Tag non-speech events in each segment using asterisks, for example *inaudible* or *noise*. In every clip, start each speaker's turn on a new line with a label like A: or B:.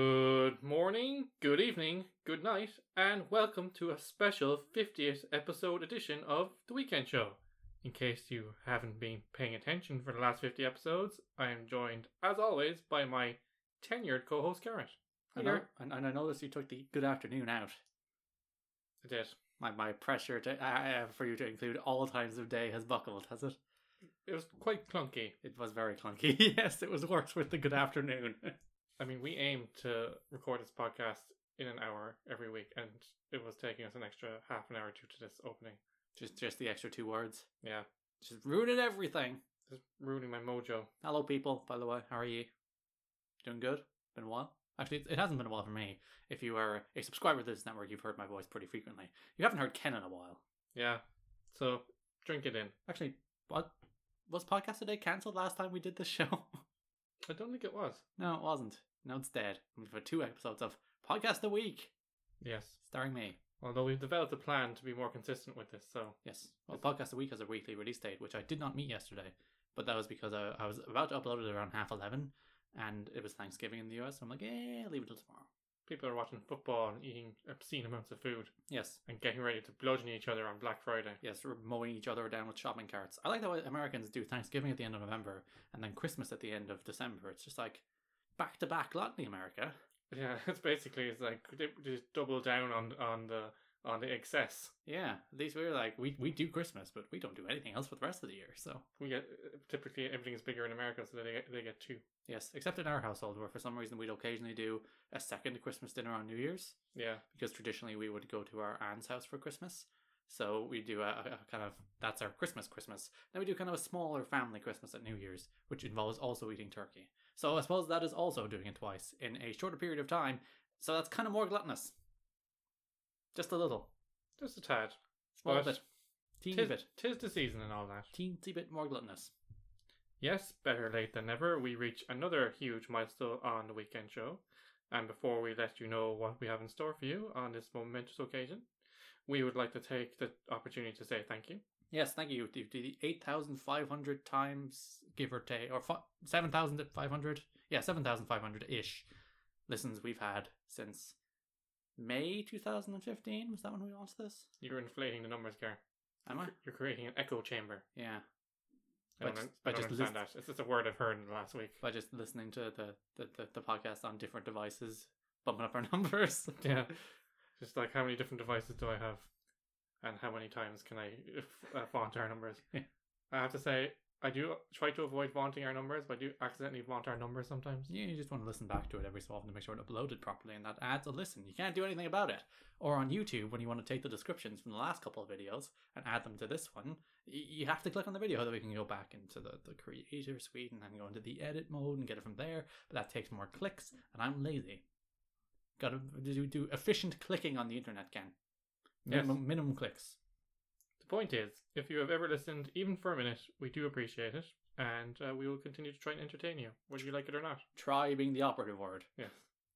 A: Good morning, good evening, good night, and welcome to a special 50th episode edition of The Weekend Show. In case you haven't been paying attention for the last 50 episodes, I am joined, as always, by my tenured co host, Garrett.
B: I know, and, and I noticed you took the good afternoon out.
A: It is.
B: My my pressure to uh, for you to include all times of day has buckled, has it?
A: It was quite clunky.
B: It was very clunky. *laughs* yes, it was worse with the good afternoon. *laughs*
A: I mean, we aim to record this podcast in an hour every week, and it was taking us an extra half an hour or two to this opening.
B: just just the extra two words,
A: Yeah,
B: just ruining everything.
A: it's ruining my mojo.
B: Hello, people. By the way, how are you? Doing good? Been a while. Actually, it- it hasn't been a while for me. If you are a subscriber to this network, you've heard my voice pretty frequently. You haven't heard Ken in a while.
A: Yeah, so drink it in.
B: Actually, what was podcast today cancelled last time we did this show? *laughs*
A: I don't think it was.
B: No, it wasn't. No, it's dead. We've had two episodes of Podcast a Week,
A: Yes.
B: starring me.
A: Although we've developed a plan to be more consistent with this, so
B: Yes. Well, Podcast a Week has a weekly release date, which I did not meet yesterday, but that was because I, I was about to upload it around half 11, and it was Thanksgiving in the US, so I'm like, eh, leave it till tomorrow.
A: people are watching football and eating obscene amounts of food
B: Yes.
A: and getting ready to bludgeon each other on Black Friday. *laughs*
B: Yes, we're mowing each other down with shopping carts. I like the way Americans do Thanksgiving at the end of November and then Christmas at the end of December. It's just like back to back gluttony, America.
A: Yeah, it's basically it's like they just double down on on the on the excess.
B: Yeah, at least we're like, we, we do Christmas, but we don't do anything else for the rest of the year, so.
A: We get typically everything is bigger in America, so they get, they get two.
B: Yes, except in our household, where for some reason we'd occasionally do a second Christmas dinner on New Year's,
A: Yeah,
B: because traditionally we would go to our aunt's house for Christmas. So we do a, a kind of that's our Christmas Christmas. Then we do kind of a smaller family Christmas at New Year's, which involves also eating turkey. So I suppose that is also doing it twice in a shorter period of time. So that's kind of more gluttonous, just a little,
A: just a tad.
B: small
A: But
B: bit, teeny
A: Tis,
B: bit,
A: tis the season and all that.
B: teensy bit more gluttonous.
A: Yes, better late than never. We reach another huge milestone on the weekend show. And before we let you know what we have in store for you on this momentous occasion, we would like to take the opportunity to say thank you.
B: Yes, thank you. You did eight thousand five hundred times, give or take, or fi- seven thousand five hundred. Yeah, seven thousand five hundred ish listens we've had since May two thousand and fifteen. Was that when we launched this?
A: You're inflating the numbers, Gar.
B: Am I?
A: You're creating an echo chamber.
B: Yeah.
A: I
B: By
A: don't,
B: just-
A: un-
B: by
A: I don't
B: just
A: understand that. It's just a word I've heard in the last week.
B: By just listening to the the, the, the podcast on different devices, bumping up our *laughs*
A: *laughs*
B: numbers.
A: *laughs* Yeah. Just like how many different devices do I have, and how many times can I f- uh, vaunt our numbers?
B: *laughs* Yeah.
A: I have to say, I do try to avoid vaunting our numbers, but I do accidentally vaunt our numbers sometimes.
B: Yeah, you just want to listen back to it every so often to make sure it uploaded properly, and that adds a listen. You can't do anything about it. Or on YouTube, when you want to take the descriptions from the last couple of videos and add them to this one, y- you have to click on the video that we can go back into the, the creator suite and then go into the edit mode and get it from there. But that takes more clicks, and I'm lazy. Got to do, do efficient clicking on the internet, Ken.
A: Yes.
B: Minimum, minimum clicks.
A: The point is, if you have ever listened, even for a minute, we do appreciate it, and uh, we will continue to try and entertain you, whether you like it or not.
B: Try being the operative word.
A: Yes.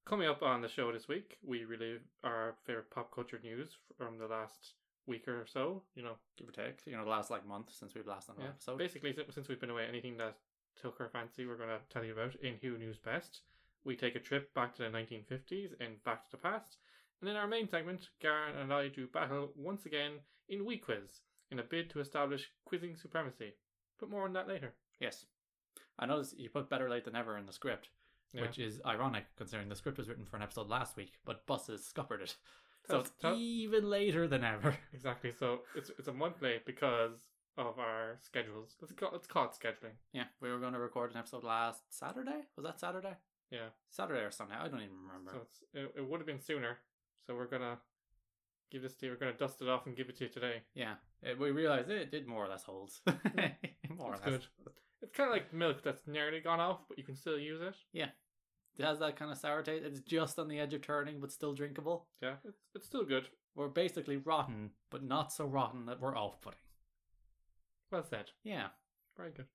A: Coming up on the show this week, we relive our favorite pop culture news from the last week or so. You know,
B: Give or take. You know, the last like month since we've last done an
A: yeah.
B: episode.
A: basically si- since we've been away, anything that took our fancy, we're going to tell you about in Who News Best. We take a trip back to the 1950s and back to the past, and in our main segment, Garen and I do battle once again in We Quiz in a bid to establish quizzing supremacy. But more on that later.
B: Yes. I noticed you put better late than ever in the script,
A: Yeah.
B: which is ironic considering the script was written for an episode last week, but buses scuppered it. *laughs* So e-
A: Tough-
B: it's
A: tough.
B: even later than ever. *laughs*
A: Exactly. So it's it's a month late because of our schedules. Let's call let's call it scheduling.
B: Yeah, we were going to record an episode last Saturday. Was that Saturday?
A: Yeah.
B: Saturday or Sunday. I don't even remember.
A: So it's, it, it would have been sooner. So we're gonna give this to you. We're gonna dust it off and give it to you today.
B: yeah, it, we realized it did more or less hold. *laughs* more
A: That's
B: or less.
A: good. It's kind of like milk that's nearly gone off, but you can still use it.
B: It has that kind of sour taste. It's just on the edge of turning, but still drinkable.
A: Yeah, it's, it's still good.
B: We're basically rotten, but not so rotten that we're off-putting.
A: Well said.
B: Yeah.
A: Very good.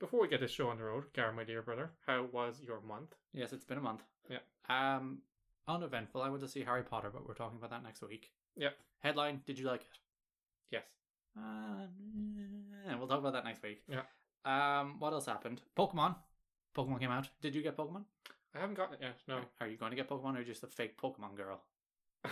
A: Before we get this show on the road, Gar, my dear brother, how was your month?
B: Yes, it's been a month.
A: Yeah.
B: Um, uneventful. I went to see Harry Potter, but we're talking about that next week.
A: Yeah.
B: Headline: Did you like it?
A: Yes.
B: Uh, eh, we'll talk about that next week.
A: Yeah.
B: Um, what else happened? Pokemon. Pokemon came out. Did you get Pokemon?
A: I haven't gotten it yet. No.
B: Are you going to get Pokemon or just a fake Pokemon girl?
A: *laughs*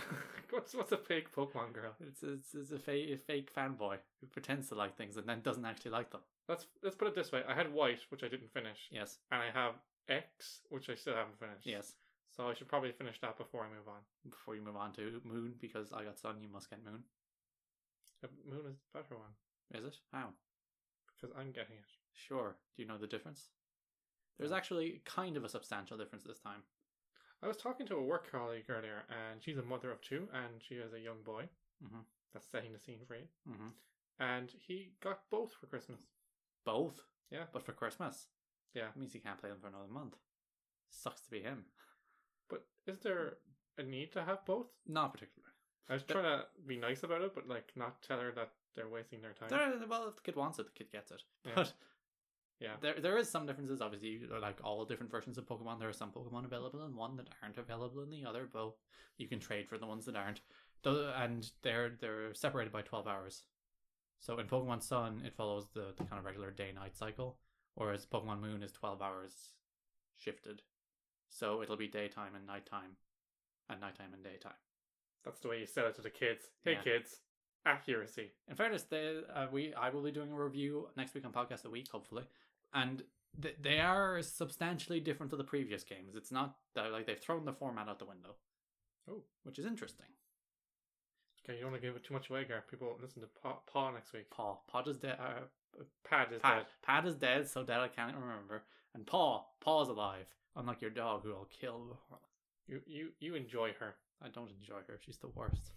A: what's what's a fake Pokemon girl?
B: It's it's, it's a, fa- a fake fanboy who pretends to like things and then doesn't actually like them.
A: Let's let's put it this way. I had White, which I didn't finish,
B: Yes.
A: and I have X, which I still haven't finished.
B: Yes.
A: So I should probably finish that before I move on.
B: Before you move on to Moon, because I got Sun, you must get Moon.
A: Uh, Moon is the better one
B: Is it? How?
A: because I'm getting it.
B: Sure. Do you know the difference? There's
A: No.
B: actually kind of a substantial difference this time.
A: I was talking to a work colleague earlier, and she's a mother of two, and she has a young boy.
B: Mhm.
A: That's setting the scene for you.
B: Mm-hmm.
A: And he got both for Christmas.
B: Both.
A: Yeah.
B: But for Christmas.
A: Yeah.
B: That means he can't play them for another month. Sucks to be him.
A: But is there a need to have both?
B: Not particularly.
A: I was
B: But-
A: trying to be nice about it, but like not tell her that they're wasting their time.
B: There, well, if the kid wants it, the kid gets it.
A: Yeah.
B: But
A: Yeah.
B: there there is some differences. Obviously, you- like all different versions of Pokemon, there are some Pokemon available in one that aren't available in the other. But you can trade for the ones that aren't. Though, and they're they're separated by twelve hours. So in Pokemon Sun, it follows the, the kind of regular day night cycle, whereas Pokemon Moon is twelve hours shifted. So it'll be daytime and nighttime, and nighttime and daytime.
A: That's the way you sell it to the kids. Hey,
B: Yeah.
A: kids, accuracy.
B: In fairness, they, uh, we I will be doing a review next week on podcast a week, hopefully, and th- they are substantially different to the previous games. It's not that like they've thrown the format out the window.
A: Oh.
B: which is interesting.
A: Okay, you don't want to give it too much away, Gar. People won't listen to Paw, Paw next week.
B: Paw, Pod is dead. Uh,
A: Pad is
B: Pad,
A: dead.
B: Pad is dead, so dead I can't remember. And Paw, Paw's alive. Unlike your dog, who I'll kill.
A: You you you enjoy her.
B: I don't enjoy her. She's the worst.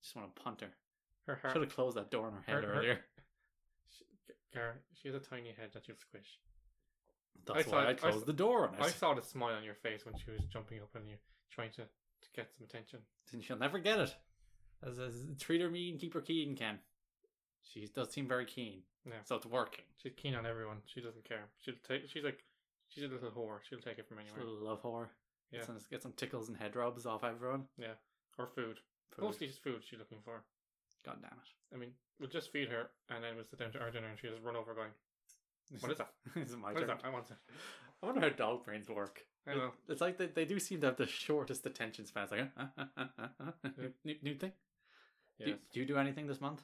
B: Just want to punt her.
A: Her
B: Should
A: heart.
B: have closed that door on her head
A: Her- her-
B: earlier.
A: Gar, she has a tiny head that you'll squish.
B: That's
A: I
B: why
A: saw-
B: I
A: I
B: closed
A: saw-
B: the door on it.
A: I saw the smile on your face when she was jumping up on you, trying to, to get some attention.
B: then she'll never get it. As, as treat her mean, keep her keen, Ken. She does seem very keen.
A: Yeah.
B: So it's working.
A: She's keen on everyone. She doesn't care. She'll take. She's like, she's a little whore. She'll take it from
B: Just
A: anywhere.
B: a little love whore.
A: Yeah.
B: Get, some, get some tickles and head rubs off everyone.
A: Or food.
B: Food.
A: Mostly just food she's looking for.
B: God damn it.
A: I mean, we'll just feed her, and then we'll sit down to our dinner, and she'll just run over going, What is that?
B: *laughs* is it my
A: What is
B: turn?
A: that? I want
B: *laughs*
A: it.
B: I wonder how dog brains work.
A: I know.
B: It's like they, they do seem to have the shortest attention spans. Like, "Uh, huh? Huh? Huh? Huh? Huh? Huh?
A: Yeah.
B: uh, *laughs* new, new thing? Do,
A: Yes.
B: do you do anything this month?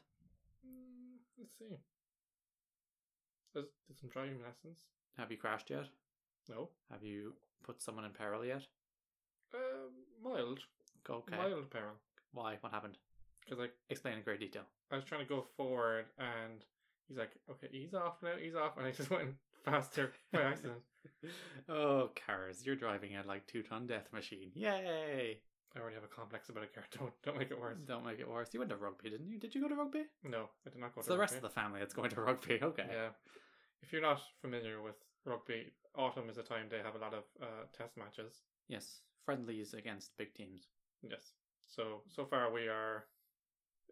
A: Mm, let's see. There's, there's some driving lessons.
B: Have you crashed yet?
A: No.
B: Have you put someone in peril yet?
A: Uh, mild.
B: Okay.
A: Mild peril.
B: Why? What happened?
A: Because, like,
B: Explain in great detail.
A: I was trying to go forward, and he's like, okay, ease off now, ease off. And I *laughs* just went faster by accident.
B: oh, cars, you're driving a like two ton death machine. Yay!
A: I already have a complex about it, Garrett. *laughs* Don't, don't make it worse.
B: Don't make it worse. You went to rugby, didn't you? Did you go to rugby?
A: No, I did not go
B: It's
A: to
B: the rest
A: rugby.
B: of the family that's going to rugby. *laughs* Okay.
A: Yeah. If you're not familiar with rugby, autumn is a time they have a lot of uh, test matches.
B: Yes. Friendlies against big teams.
A: Yes. So so far we are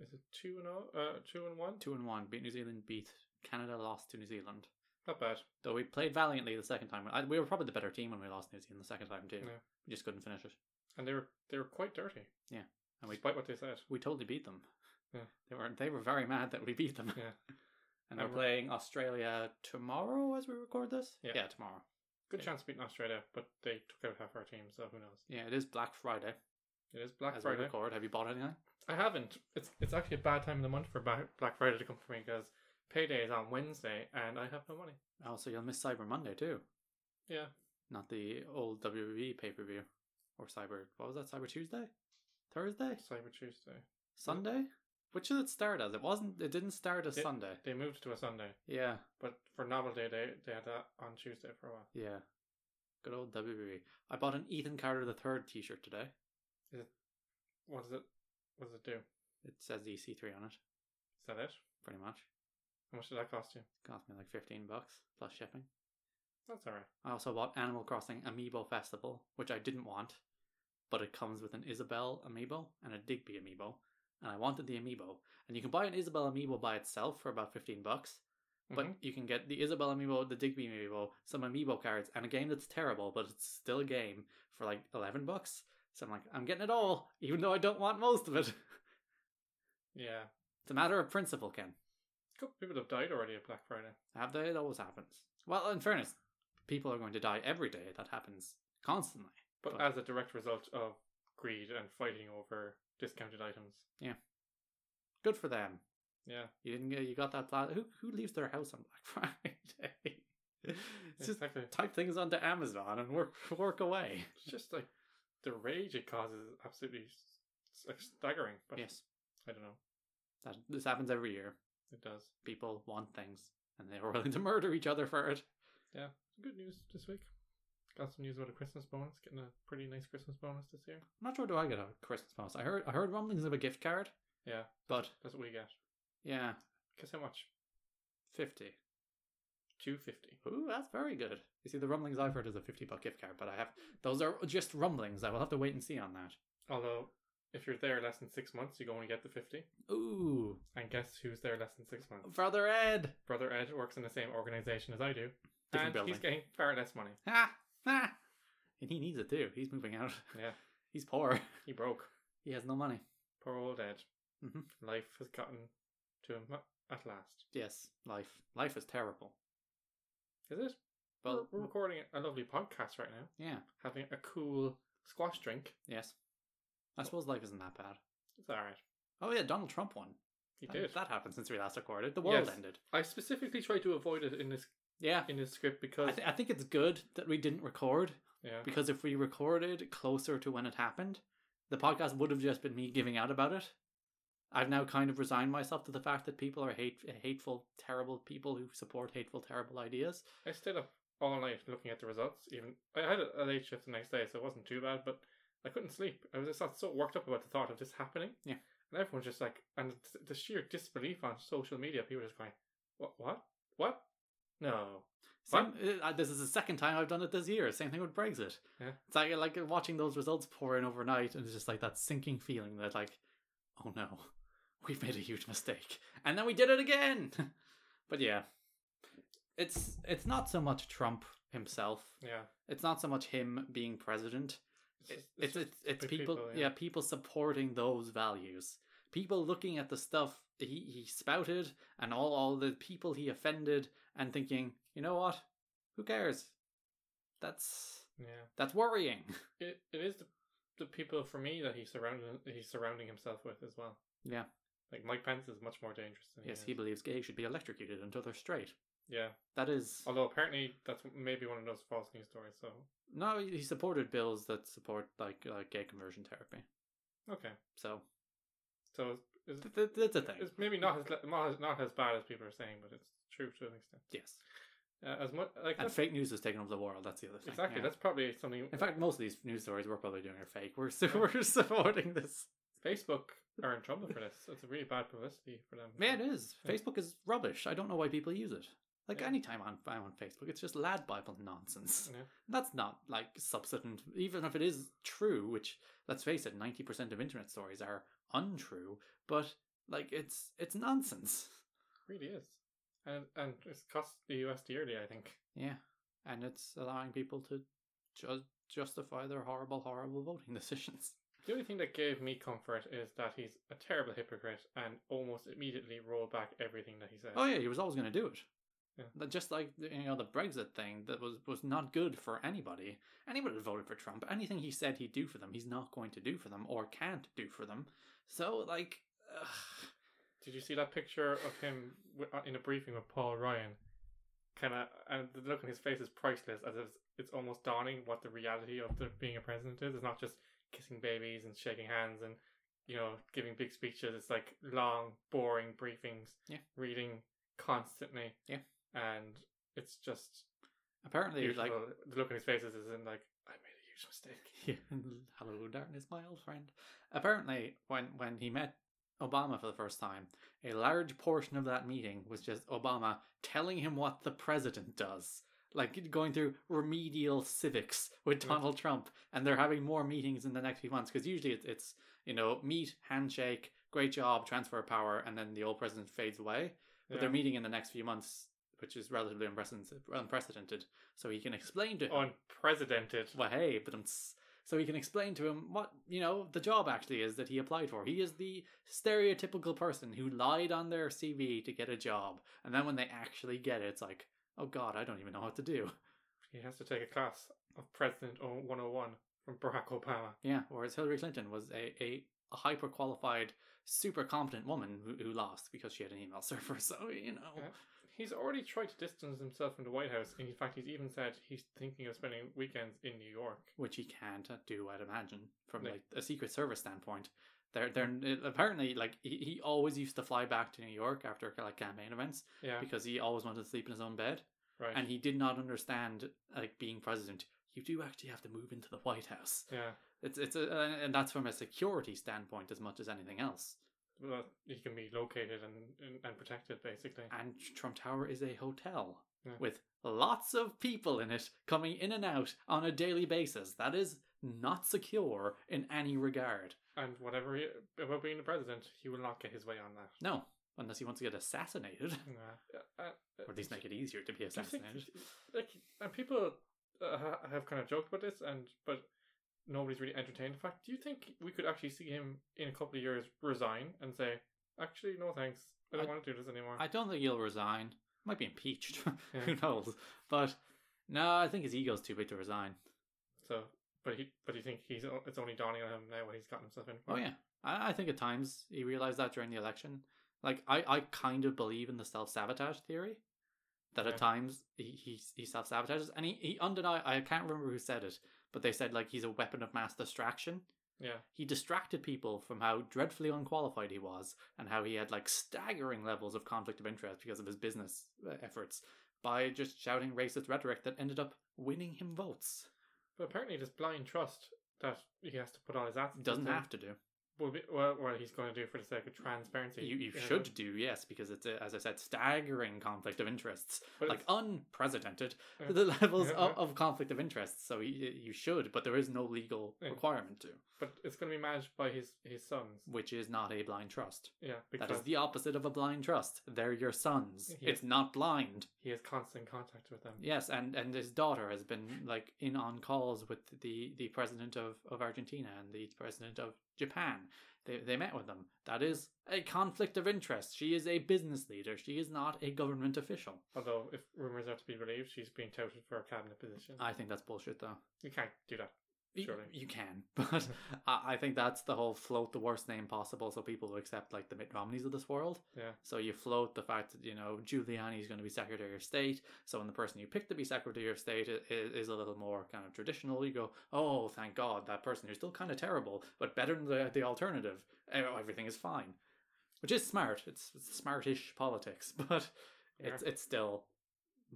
A: is it two and oh, uh two and one?
B: Two and one. Beat New Zealand. Beat Canada. Lost to New Zealand.
A: Not bad.
B: Though we played valiantly the second time. I, we were probably the better team when we lost New Zealand the second time too.
A: Yeah.
B: We just couldn't finish it,
A: And they were they were quite dirty.
B: Yeah. And we-
A: despite what they said.
B: we totally beat them.
A: Yeah.
B: They were they were very mad that we beat them.
A: Yeah.
B: *laughs* and they're
A: And we're-
B: playing Australia tomorrow as we record this.
A: Yeah.
B: yeah tomorrow.
A: Good
B: Yeah.
A: chance of beating Australia, but they took out half our team, so who knows?
B: Yeah, it is Black Friday.
A: It is Black
B: as we
A: Friday.
B: record. Have you bought anything?
A: I haven't. It's it's actually a bad time in the month for Ba- Black Friday to come for me because payday is on Wednesday and I have no money.
B: Oh, so you'll miss Cyber Monday too.
A: Yeah.
B: Not the old WWE pay per view or Cyber. What was that? Cyber Tuesday, Thursday,
A: Cyber Tuesday.
B: Sunday. Which did it start as? It wasn't. It didn't start as
A: It-
B: Sunday.
A: They moved to a Sunday,
B: Yeah,
A: but for Novel Day they they had that on Tuesday for a while.
B: yeah. Good old WWE. I bought an Ethan Carter the Third T-shirt today.
A: What does it what does it do? Is
B: It says EC3 on it,
A: that it?
B: pretty much.
A: How much did that cost you?
B: Cost me like fifteen bucks plus shipping.
A: That's alright.
B: I also bought Animal Crossing Amiibo Festival, which I didn't want, but it comes with an Isabelle Amiibo and a Digby Amiibo, and I wanted the Amiibo. And you can buy an Isabelle Amiibo by itself for about 15 bucks, but
A: Mhm.
B: you can get the Isabelle Amiibo, the Digby Amiibo, some Amiibo cards, and a game that's terrible, but it's still a game for like 11 bucks. So I'm like, I'm getting it all, even though I don't want most of it. *laughs* it's
A: yeah,
B: a matter of principle, Ken.
A: a couple people have died already at Black Friday.
B: Have they? It always happens. Well, in fairness, people are going to die every day. That happens constantly.
A: but,
B: But-
A: as a direct result of greed and fighting over discounted items.
B: Good for them.
A: Yeah,
B: You didn't get you got that plat who who leaves their house on Black *laughs* Friday? It's just
A: exactly.
B: type things onto Amazon and work work away.
A: It's just like the rage it causes is absolutely s- like staggering. But
B: yes.
A: I don't know.
B: That this happens every year.
A: It does.
B: People want things and they're willing to murder each other for it.
A: Good news this week. Got some news about a Christmas bonus. Getting a pretty nice Christmas bonus this year.
B: I'm not sure do I get a Christmas bonus. I heard I heard rumblings of a gift card.
A: Yeah.
B: But
A: That's what we get.
B: yeah,
A: Guess how much?
B: fifty.
A: Two fifty.
B: Ooh, that's very good. You see, the rumblings I've heard is a fifty buck gift card, but I have those are just rumblings. I will have to wait and see on that.
A: Although, if you're there less than six months, you go and get the fifty.
B: Ooh,
A: And guess who's there less than six months?
B: brother Ed.
A: Brother Ed works in the same organization as I do,
B: Different
A: and
B: building.
A: he's getting far less money.
B: Ha ha. And he needs it too. He's moving out.
A: Yeah,
B: He's poor. *laughs*
A: he broke.
B: He has no money.
A: Poor old Ed.
B: Mhm.
A: Life has gotten to him at last.
B: Yes, life. Life is terrible.
A: Is it?
B: Well,
A: we're, we're recording a lovely podcast right now,
B: yeah.
A: having a cool squash drink.
B: Yes. I suppose life isn't that bad.
A: It's all right.
B: Oh yeah, Donald Trump won.
A: He
B: that,
A: did.
B: That happened since we last recorded. The world
A: Yes.
B: ended.
A: I specifically tried to avoid it in this
B: Yeah.
A: in this script because
B: I, th- I think it's good that we didn't record
A: yeah,
B: because if we recorded closer to when it happened, the podcast would have just been me giving out about it. I've now kind of resigned myself to the fact that people are hate- hateful, terrible people who support hateful, terrible ideas.
A: I stayed up all night looking at the results. Even I had a, a late shift the next day, so it wasn't too bad. But I couldn't sleep. I was just got so worked up about the thought of this happening.
B: Yeah.
A: and everyone's just like, and th- the sheer disbelief on social media. People are just going, "What? What? What? No."
B: Same, uh, this is the second time I've done it this year. Same thing with Brexit.
A: Yeah.
B: It's like like watching those results pour in overnight, and it's just like that sinking feeling that like, oh no, *laughs* we've made a huge mistake, and then we did it again. *laughs* but yeah, it's it's not so much Trump himself.
A: Yeah,
B: It's not so much him being president. It-
A: just-
B: It's it's
A: just
B: it's
A: big
B: people, yeah. people supporting those values. People looking at the stuff he, he spouted and all all the people he offended and thinking, you know what? Who cares? That's
A: yeah.
B: that's worrying.
A: It it is the the people for me that he's surrounding he's surrounding himself with as well.
B: Yeah.
A: like Mike Pence is much more dangerous. Than
B: yes,
A: he
B: he
A: is.
B: believes gays should be electrocuted until they're straight.
A: yeah.
B: That is
A: Although apparently that's maybe one of those false news stories. So
B: no. He supported bills that support like uh, gay conversion therapy.
A: okay,
B: So
A: so it's,
B: th- th- that's a thing.
A: it's maybe not as le- not as, not as bad as people are saying, but it's true to an extent.
B: yes,
A: Uh, as much like
B: and
A: that's,
B: fake news has taken over the world. That's the other thing.
A: exactly
B: yeah.
A: that's probably something.
B: In fact, most of these news stories we're probably doing are fake. We're su- *laughs* we're supporting this.
A: Facebook are in trouble for this. It's a really bad publicity for them.
B: Yeah, it is.
A: Yeah.
B: Facebook is rubbish. I don't know why people use it. Like
A: Yeah.
B: anytime on I'm on Facebook, it's just lad Bible nonsense.
A: Yeah.
B: That's not like substantive. Even if it is true, which let's face it, ninety percent of internet stories are untrue. But like it's it's nonsense.
A: really is, and and it's cost the U.S. dearly. I think.
B: Yeah, and it's allowing people to ju- justify their horrible, horrible voting *laughs* decisions.
A: The only thing that gave me comfort is that he's a terrible hypocrite and almost immediately rolled back everything that he said.
B: Oh yeah, he was always going to do it.
A: Yeah.
B: But Just like you know the Brexit thing that was was not good for anybody. Anybody that voted for Trump, anything he said he'd do for them, he's not going to do for them or can't do for them. So like, ugh.
A: Did you see that picture of him wi- uh, in a briefing with Paul Ryan? Kind of, and the look on his face is priceless, as if it's almost dawning what the reality of the, being a president is. It's not just kissing babies and shaking hands and you know giving big speeches. It's like long, boring briefings.
B: Yeah.
A: reading constantly.
B: Yeah.
A: and it's just
B: apparently
A: beautiful.
B: like,
A: the look on his faces is in like I made a huge mistake.
B: hello darkness, my old friend. Apparently, when when he met Obama for the first time, a large portion of that meeting was just Obama telling him what the president does. Like going through remedial civics with
A: Yeah.
B: Donald Trump, and they're having more meetings in the next few months because usually it's, it's you know meet, handshake, great job, transfer of power, and then the old president fades away. But
A: Yeah.
B: they're meeting in the next few months, which is relatively unprecedented. unprecedented so he can explain to him
A: unpresidented.
B: well, hey, but I'm s- so he can explain to him what you know the job actually is that he applied for. He is the stereotypical person who lied on their CV to get a job, and then when they actually get it, it's like, oh god, I don't even know what to do.
A: He has to take a class of President 101 from Barack Obama.
B: Yeah, whereas Hillary Clinton was a, a, a hyper qualified, super competent woman who, who lost because she had an email *laughs* server. So, you know.
A: Yeah. He's already tried to distance himself from the White House, and in fact, he's even said he's thinking of spending weekends in New York.
B: which he can't do, I'd imagine, from
A: Yeah.
B: like a Secret Service standpoint. They're they're apparently like he, he always used to fly back to New York after like campaign events
A: Yeah,
B: because he always wanted to sleep in his own bed,
A: right.
B: and he did not understand like being president. You do actually have to move into the White House.
A: yeah,
B: It's it's a, uh, and that's from a security standpoint as much as anything else.
A: well, he can be located and, and, and protected, basically.
B: And Trump Tower is a hotel
A: Yeah.
B: with lots of people in it coming in and out on a daily basis. That is not secure in any regard.
A: And whatever he, about being the president, he will not get his way on that.
B: No, unless he wants to get assassinated, *laughs*
A: Nah. Uh, uh,
B: or at least make it easier to be
A: Do you think-
B: assassinated.
A: like, and people uh, ha- have kind of joked about this, and but nobody's really entertained the fact. Do you think we could actually see him in a couple of years resign and say, "Actually, no thanks, I don't
B: I-
A: want to do this anymore."
B: I don't think he'll resign. Might be impeached. *laughs*
A: Yeah.
B: Who knows? But no, I think his ego's too big to resign.
A: so, but he, but you think he's o- it's only dawning on him now what he's gotten himself in? for?
B: Oh yeah, I, I think at times he realized that during the election. Like I, I kind of believe in the self sabotage theory. That
A: Yeah.
B: at times he he, he self sabotages, and he he undeni- I can't remember who said it, but they said like he's a weapon of mass distraction.
A: yeah,
B: he distracted people from how dreadfully unqualified he was and how he had like staggering levels of conflict of interest because of his business uh, efforts by just shouting racist rhetoric that ended up winning him votes.
A: But apparently, this blind trust that he has to put on his assets
B: Doesn't
A: and
B: have to do.
A: Will be, well, well, he's going to do for the sake of transparency.
B: You, you
A: know,
B: should do, yes, because it's, a, as I said, staggering conflict of interests.
A: but
B: Like
A: it's-
B: unprecedented,
A: Yeah.
B: the levels
A: Yeah,
B: of,
A: yeah.
B: of conflict of interest. So you, you should, but there is no legal
A: Yeah.
B: requirement to,
A: but it's going to be managed by his his sons.
B: which is not a blind trust.
A: Yeah,
B: That is
A: because
B: the opposite of a blind trust. They're your sons.
A: Yeah.
B: It's not blind.
A: he has constant contact with them.
B: Yes, and and his daughter has been like in on calls with the the president of of Argentina and the president of Japan. They they met with them. That is a conflict of interest. She is a business leader. She is not a government official.
A: Although, if rumors are to be believed, she's being touted for a cabinet position.
B: I think that's bullshit, though.
A: you can't do that.
B: Y-
A: Surely.
B: You can, *laughs* but I I think that's the whole float the worst name possible so people will accept like the Mitt Romneys of this world.
A: Yeah.
B: So you float the fact that, you know, Giuliani is going to be Secretary of State. So when the person you pick to be Secretary of State is, is a little more kind of traditional, you go, oh, thank God, that person who's still kind of terrible, but better than the, the alternative. Eh, Everything is fine. Which is smart. It's, it's smartish politics, *laughs* but it's, it's still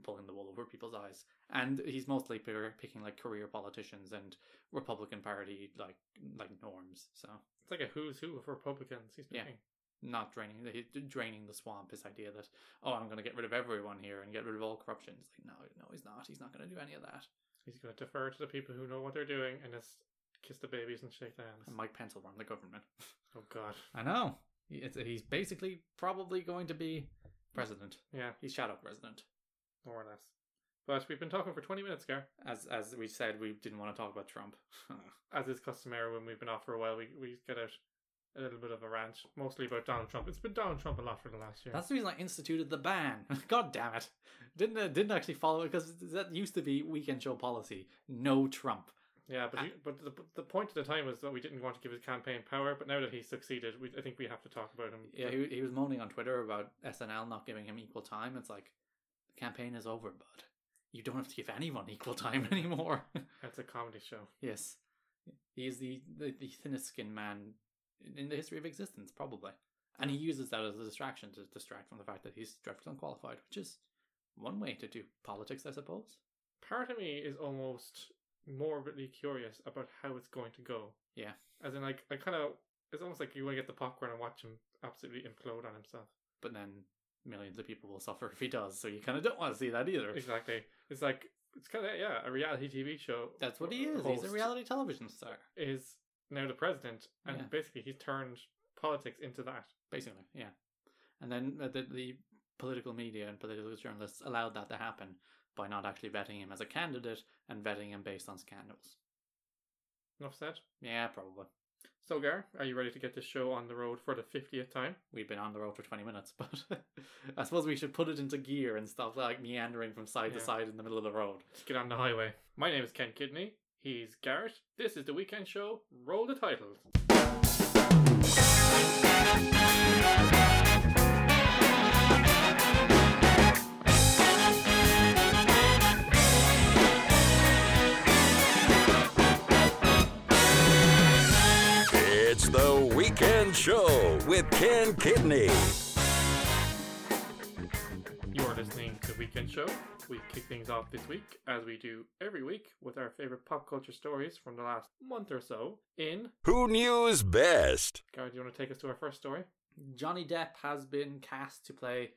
B: pulling the wool over people's eyes. And he's mostly pick- picking like career politicians and Republican Party like like norms. So
A: It's like a who's who of Republicans. He's
B: Yeah.
A: picking.
B: not draining the draining the swamp. His idea that oh, I'm going to get rid of everyone here and get rid of all corruption. It's like no, no, he's not. He's not going to do any of that.
A: He's going to defer to the people who know what they're doing and just kiss the babies and shake their hands.
B: And Mike Pence will run the government.
A: oh God.
B: *laughs* I know. He- It's, he's basically probably going to be president.
A: Yeah,
B: He's shadow president.
A: more or less. But we've been talking for twenty minutes, Gar.
B: As as we said, we didn't want to talk about Trump. *laughs*
A: As is customary when we've been off for a while, we we get out a little bit of a rant, mostly about Donald Trump. It's been Donald Trump a lot for the last year.
B: That's the reason I instituted the ban. *laughs* God damn it! Didn't uh, didn't actually follow it because that used to be weekend show policy. No Trump.
A: yeah, but you, but the the point at the time was that we didn't want to give his campaign power, but now that he's succeeded, we, I think we have to talk about him.
B: Yeah, he, he was moaning on Twitter about SNL not giving him equal time. It's like the campaign is over, bud. You don't have to give anyone equal time *laughs* anymore.
A: It's a comedy show.
B: yes, he is the the, the thinnest skinned man in- in the history of existence, probably, and he uses that as a distraction to distract from the fact that he's dreadfully unqualified, which is one way to do politics, I suppose.
A: part of me is almost morbidly curious about how it's going to go.
B: Yeah.
A: As in, like, I kind of, it's almost like you want to get the popcorn and watch him absolutely implode on himself.
B: But then millions of people will suffer if he does, so you kind of don't want to see that *laughs* either.
A: Exactly. It's like, it's kind of, yeah, a reality TV show.
B: That's what he is. He's a
A: host
B: reality television star,
A: Is now the president, and
B: Yeah.
A: basically he's turned politics into that.
B: basically. Yeah, and then uh, the, the political media and political journalists allowed that to happen by not actually vetting him as a candidate and vetting him based on scandals.
A: Enough said.
B: Yeah, probably.
A: So, Gar, are you ready to get this show on the road for the 50th time?
B: We've been on the road for 20 minutes, *laughs* but I suppose we should put it into gear and stop like meandering from side
A: Yeah.
B: to side in the middle of the road.
A: Let's get on the highway. My name is Ken Kidney. He's Garrett. This is the weekend show. Roll the titles.
C: It's the Weekend Show with Ken Kidney.
A: You're listening to the weekend show. We kick things off this week, as we do every week, with our favorite pop culture stories from the last month or so. In
C: Who news best?
A: Gar, do you want to take us to our first story?
B: Johnny Depp has been cast to play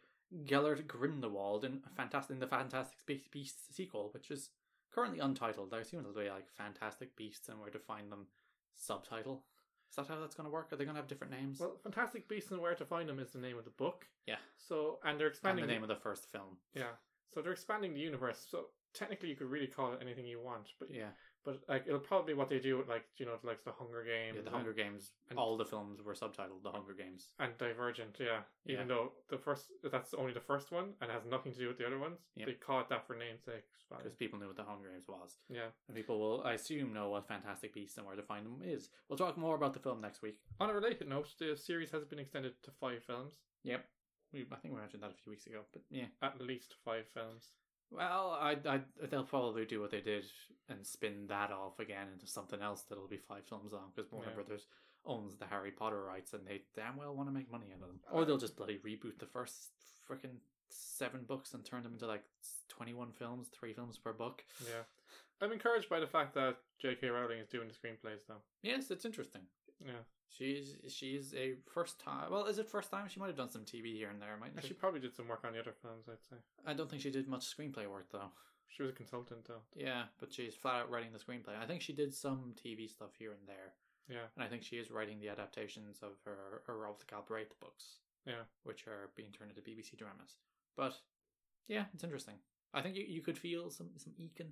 B: Gellert Grindelwald in Fantastic in the Fantastic Be- Beasts sequel, which is currently untitled. I assume it'll be like Fantastic Beasts and Where to Find Them subtitle. Is that how that's going to work? Are they going to have different names?
A: Well, Fantastic Beasts and Where to Find Them is the name of the book.
B: yeah,
A: So, and they're
B: and
A: expanding
B: the name of the first film.
A: Yeah. So they're expanding the universe. So technically, you could really call it anything you want, but
B: Yeah,
A: but like it'll probably be what they do with like you know like the Hunger Games,
B: yeah the Hunger Games.
A: and-
B: All the films were subtitled The Hunger Games.
A: and, and Divergent. Yeah. Even
B: Yeah.
A: though the first that's only the first one and has nothing to do with the other ones,
B: Yep.
A: they call it that for namesake.
B: Because people knew what the Hunger Games was.
A: Yeah.
B: And people will, I assume, know what Fantastic Beasts and Where to Find Them is. We'll talk more about the film next week.
A: On a related note, the series has been extended to five films,
B: Yep. We, I think we mentioned that a few weeks ago, but yeah.
A: at least five films.
B: Well, I, I, they'll probably do what they did and spin that off again into something else that'll be five films long because Warner
A: Yeah.
B: Brothers owns the Harry Potter rights and they damn well want to make money out of them. Or they'll just bloody reboot the first freaking seven books and turn them into like twenty-one films, three films per book.
A: Yeah.
B: *sighs*
A: I'm encouraged by the fact that J.K. Rowling is doing the screenplays though.
B: Yes, it's interesting.
A: Yeah.
B: She's she's a first time. Well, is it first time? She might have done some TV here and there, mightn't
A: And
B: she?
A: she probably did some work on the other films. I'd say
B: I don't think she did much screenplay work though.
A: she was a consultant though.
B: Yeah, but she's flat out writing the screenplay. I think she did some TV stuff here and there.
A: Yeah.
B: And I think she is writing the adaptations of her, her Robert Galbraith books.
A: Yeah.
B: Which are being turned into BBC dramas. But yeah, it's interesting. I think you, you could feel some, some Eakin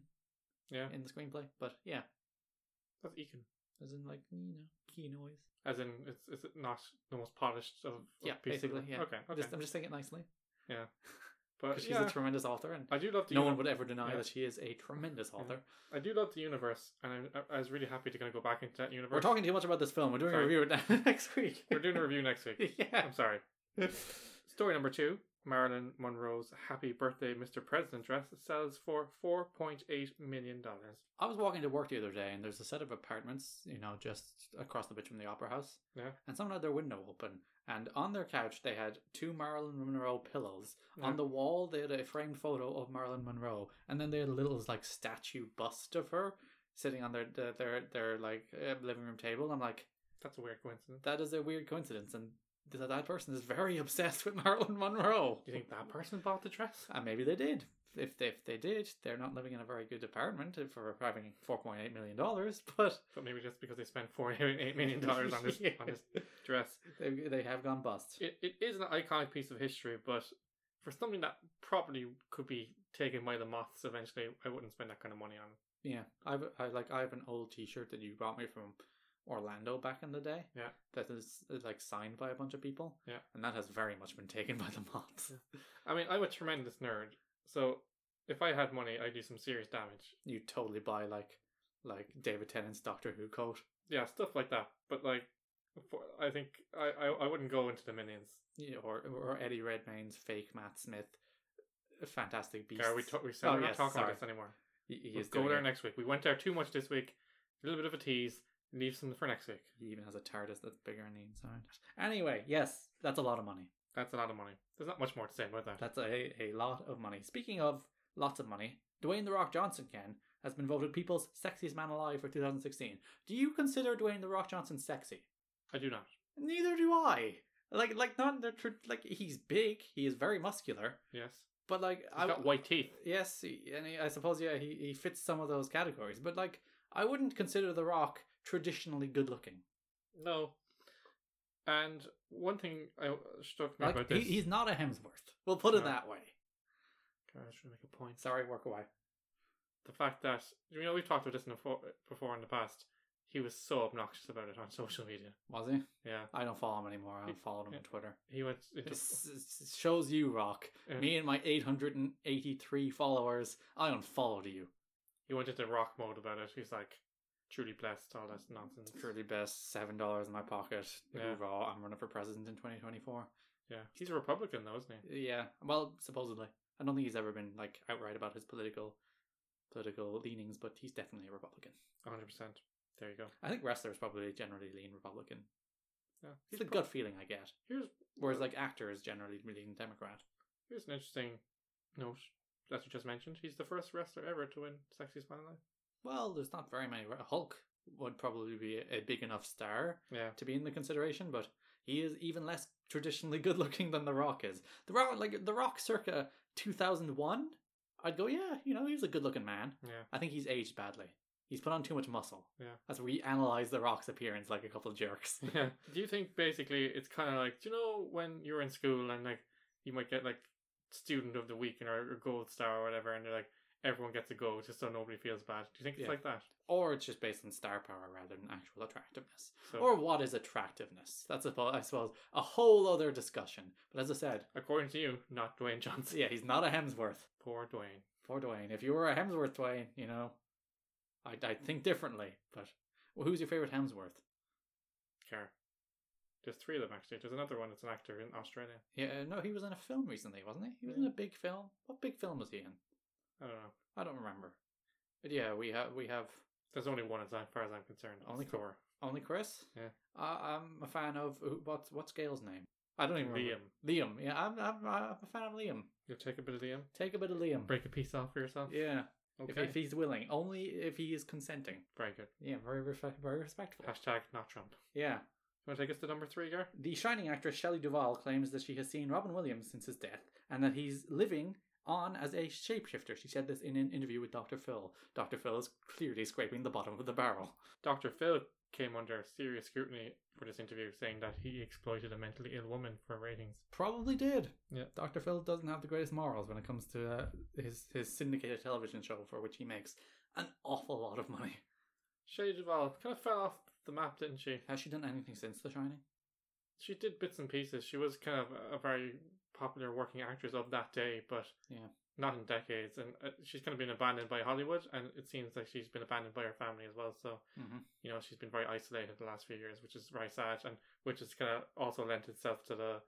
A: Yeah.
B: in the screenplay. But yeah,
A: That's Eakin.
B: as in like, you know, key noise.
A: As in, it's is it not the most polished of, of
B: Yeah,
A: pieces of-
B: basically, yeah.
A: Okay, okay.
B: Just, I'm just saying it nicely.
A: but
B: 'cause she's
A: yeah,
B: a tremendous author and
A: I do love the
B: no
A: uni-
B: one would ever deny
A: yeah.
B: that she is a tremendous author.
A: I do love the universe, and I'm, I- I was really happy to kind of go back into that universe.
B: We're talking too much about this film. We're doing
A: Sorry.
B: a review *laughs* of it next week.
A: We're doing a review next week.
B: *laughs* yeah.
A: I'm sorry. Story number two: Marilyn Monroe's "Happy Birthday, Mr. President" dress sells for four point eight million dollars.
B: I was walking to work the other day, and there's a set of apartments, you know, just across the bit from the Opera House.
A: Yeah.
B: And someone had their window open, and on their couch they had two Marilyn Monroe pillows.
A: Yeah.
B: On the wall they had a framed photo of Marilyn Monroe, and then they had a little like statue bust of her sitting on their their their, their like uh, living room table. I'm like,
A: That's a weird coincidence.
B: that is a weird coincidence, and that that person is very *laughs* obsessed with Marilyn Monroe.
A: Do you think that person bought the dress?
B: And maybe they did. If they, if they did, they're not living in a very good apartment for having four point eight million dollars. *laughs* But
A: But maybe just because they spent four *laughs* point eight million dollars on
B: *laughs*
A: this on this dress.
B: they they have gone bust.
A: It, it is an iconic piece of history, but for something that probably could be taken by the moths eventually, I wouldn't spend that kind of money on it.
B: Yeah, I've I like I have an old T-shirt that you brought me from Orlando back in the day.
A: Yeah.
B: that is like signed by a bunch of people.
A: Yeah.
B: and that has very much been taken by the moths.
A: I mean, I'm a tremendous nerd, so if I had money, I'd do some serious damage.
B: You totally buy like like David Tennant's Doctor Who coat.
A: Yeah, stuff like that. But like, for, I think I, I I wouldn't go into the minions.
B: Yeah, or or Eddie Redmayne's fake Matt Smith, Fantastic Beasts.
A: Gary, we talk, we said
B: Oh,
A: we're not
B: yes,
A: talking
B: sorry.
A: about this anymore.
B: He, he
A: We'll
B: is
A: go
B: doing
A: there
B: it.
A: next week. We went there too much this week. A little bit of a tease. Leave some for next week.
B: He even has a TARDIS that's bigger on the inside. Anyway, yes, that's a lot of money.
A: That's a lot of money. There's not much more to say about that.
B: That's a, a lot of money. Speaking of lots of money, Dwayne The Rock Johnson, Ken, has been voted People's Sexiest Man Alive for 2016. Do you consider Dwayne The Rock Johnson sexy?
A: I do not.
B: Neither do I. Like, like not in the tr- like he's big, he is very muscular,
A: Yes,
B: but like
A: I've got white teeth.
B: Yes, he- and he, I suppose yeah, he, he fits some of those categories, but like I wouldn't consider The Rock traditionally good looking.
A: No. And one thing I struck me
B: Like
A: about
B: he,
A: this.
B: he's not a Hemsworth. We'll put it
A: No.
B: that way.
A: God, I should make a point.
B: Sorry, work away.
A: The fact that you know we've talked about this in the fo- before in the past. He was so obnoxious about it on *laughs* social media.
B: Was he?
A: Yeah,
B: I don't follow him anymore. I *laughs*
A: He-
B: followed him
A: yeah.
B: on Twitter.
A: he went. It
B: It
A: just,
B: s- shows you, Rock.
A: um,
B: Me and my 883 followers, I unfollowed you.
A: he went into rock mode about it. He's like, truly blessed, all that nonsense.
B: Truly best, seven dollars in my pocket.
A: Yeah.
B: Hoorah! I'm running for president in 2024.
A: Yeah, he's a Republican though, isn't he?
B: Yeah, well, supposedly. I don't think he's ever been like outright about his political political leanings, but he's definitely a Republican.
A: 100. percent There you go.
B: I think wrestlers probably generally lean Republican.
A: Yeah.
B: It's the gut feeling I get.
A: Here's
B: Whereas like actors generally lean Democrat.
A: here's an interesting note that you just mentioned. He's the first wrestler ever to win Sexiest Man Alive.
B: Well, there's not very many. Hulk would probably be a, a big enough star
A: Yeah,
B: to be in the consideration, but he is even less traditionally good looking than The Rock is. The Rock, like The Rock, circa 2001, I'd go, yeah, you know, he's a good looking man.
A: yeah.
B: I think he's aged badly. He's put on too much muscle.
A: Yeah.
B: As we analyze The Rock's appearance like a couple of jerks.
A: *laughs* Yeah. Do you think basically it's kind of like do you know when you're in school and like you might get like student of the week and or, or gold star or whatever, and they're like everyone gets a go just so nobody feels bad. Do you think it's
B: Yeah.
A: like that?
B: or it's just based on star power rather than actual attractiveness.
A: So
B: Or what is attractiveness? That's, a, I suppose, a whole other discussion. But as I said,
A: according to you, not Dwayne Johnson.
B: yeah, he's not a Hemsworth.
A: Poor Dwayne.
B: Poor Dwayne. If you were a Hemsworth, Dwayne, you know, I'd, I'd think differently. But well, who's your favorite Hemsworth?
A: Care. There's three of them actually. There's another one that's an actor in Australia.
B: Yeah, uh, no, he was in a film recently, wasn't he? He was in a
A: Hmm.
B: big film. What big film was he in?
A: I don't know.
B: I don't remember. But yeah, we have we have
A: There's only one as far as I'm concerned.
B: Only
A: Only Thor.
B: only Chris.
A: Yeah.
B: I, I'm a fan of who- what's what's Gail's name? I don't even remember.
A: Liam.
B: Liam. Yeah, I'm, I'm I'm a fan of Liam.
A: You'll take a bit of Liam.
B: Take a bit of Liam.
A: Break a piece off for yourself.
B: Yeah, if,
A: Okay.
B: if he's willing, only if he is consenting.
A: Very good.
B: Yeah, very respect, very respectful.
A: Hashtag not Trump.
B: Yeah.
A: You want to take us to number three, Gar?
B: The Shining actress Shelley Duvall claims that she has seen Robin Williams since his death and that he's living on as a shapeshifter. She said this in an interview with Dr. Phil. Dr. Phil is clearly scraping the bottom of the barrel.
A: Dr. Phil came under serious scrutiny for this interview, saying that he exploited a mentally ill woman for ratings.
B: Probably did.
A: Yeah.
B: Dr. Phil doesn't have the greatest morals when it comes to uh, his his syndicated television show for which he makes an awful lot of money.
A: Shelley Duvall kind of fell off the map, didn't she?
B: Has she done anything since The Shining?
A: She did bits and pieces. She was kind of a very popular working actress of that day, but
B: Yeah.
A: not in decades. And uh, she's kind of been abandoned by Hollywood, and it seems like she's been abandoned by her family as well. So
B: Mm-hmm.
A: you know she's been very isolated the last few years, which is very sad, and which has kind of also lent itself to the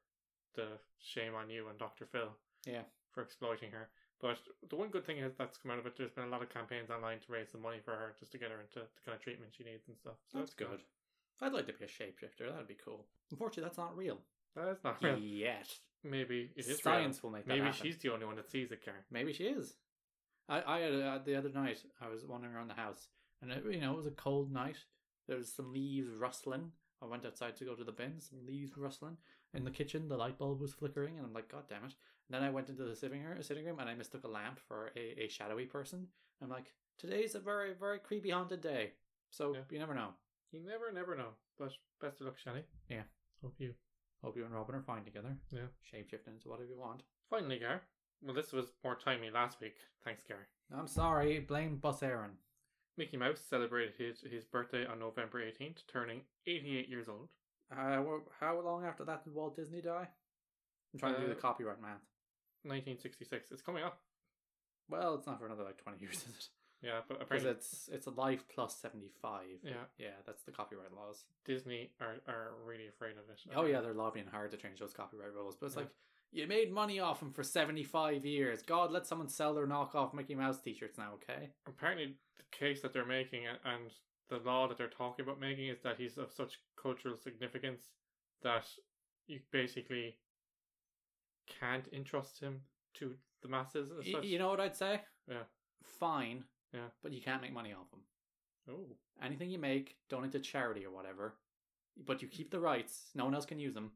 A: the shame on you and Doctor Phil,
B: Yeah.
A: for exploiting her. But the one good thing is that's come out of it. There's been a lot of campaigns online to raise the money for her, just to get her into the kind of treatment she needs and stuff. So
B: That's good. I'd like to be a shapeshifter. That'd be cool. Unfortunately, that's not real.
A: That is not real.
B: Yet.
A: Maybe it is
B: Science will make
A: Real.
B: that
A: Maybe
B: happen.
A: she's the only one that sees it, Karen.
B: Maybe she is. I, I had uh, the other night. I was wandering around the house, and it, you know it was a cold night. There was some leaves rustling. I went outside to go to the bin. Some leaves rustling in the kitchen. The light bulb was flickering, and I'm like, God damn it! And then I went into the sitting room, sitting room, and I mistook a lamp for a, a shadowy person. I'm like, today's a very very creepy haunted day. So
A: Yeah.
B: you never know.
A: You never, never know. But best of luck, Shelley.
B: Yeah.
A: Hope you.
B: Hope you and Robin are fine together.
A: Yeah.
B: Shapeshifting into whatever you want.
A: Finally, Gar. Well, this was more timely last week. Thanks, Gar.
B: I'm sorry. Blame Bus Aaron.
A: Mickey Mouse celebrated his, his birthday on November 18th, turning 88 years old.
B: Uh, wh- how long after that did Walt Disney die? I'm trying to do
A: Uh,
B: the copyright math.
A: 1966. It's coming up.
B: Well, it's not for another like 20 *laughs* years, is it?
A: Yeah, but
B: Because
A: apparently
B: it's it's a life plus 75.
A: Yeah.
B: yeah, that's the copyright laws.
A: Disney are, are really afraid of it. Um,
B: Oh yeah, they're lobbying hard to change those copyright rules. But it's
A: Yeah.
B: like you made money off them for 75 years. God, let someone sell their knockoff Mickey Mouse T-shirts now, okay?
A: Apparently, the case that they're making and, and the law that they're talking about making is that he's of such cultural significance that you basically can't entrust him to the masses. As
B: Y-
A: such.
B: you know what I'd say?
A: Yeah.
B: Fine.
A: Yeah.
B: But you can't make money off them.
A: Oh,
B: anything you make, donate to charity or whatever, but you keep the rights. No one else can use them,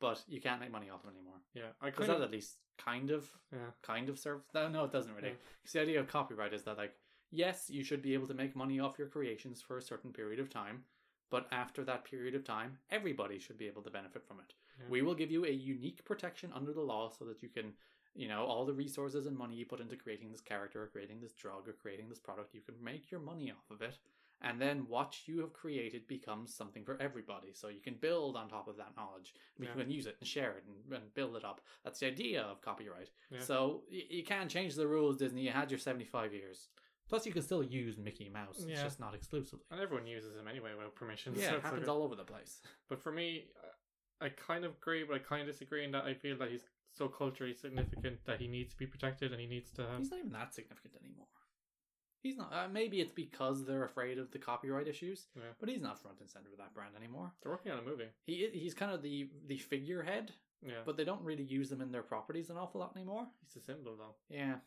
B: but you can't make money off them anymore.
A: yeah. I
B: Because
A: kind
B: that
A: of,
B: at least kind of,
A: yeah.
B: kind of serves. No, no, it doesn't really.
A: Yeah.
B: 'Cause the idea of copyright is that like, yes, you should be able to make money off your creations for a certain period of time, but after that period of time, everybody should be able to benefit from it.
A: Yeah.
B: We will give you a unique protection under the law so that you can, you know, all the resources and money you put into creating this character or creating this drug or creating this product, you can make your money off of it and then what you have created becomes something for everybody. So you can build on top of that knowledge. You
A: Yeah.
B: can use it and share it and, and build it up. That's the idea of copyright.
A: Yeah.
B: So you, you can't change the rules, Disney. You had your 75 years. Plus, you can still use Mickey Mouse. It's
A: Yeah.
B: just not exclusively.
A: *laughs* And everyone uses them anyway without permission. *laughs* so
B: Yeah, it
A: it's like
B: happens
A: a-
B: all over the place.
A: But for me, I- I kind of agree, but I kind of disagree in that I feel that he's so culturally significant that he needs to be protected and he needs to have.
B: He's not even that significant anymore. He's not. Uh, maybe it's because they're afraid of the copyright issues,
A: Yeah.
B: but he's not front and center of that brand anymore.
A: They're working on a movie.
B: He i- he's kind of the the figurehead,
A: Yeah.
B: but they don't really use them in their properties an awful lot anymore.
A: he's a symbol, though.
B: Yeah,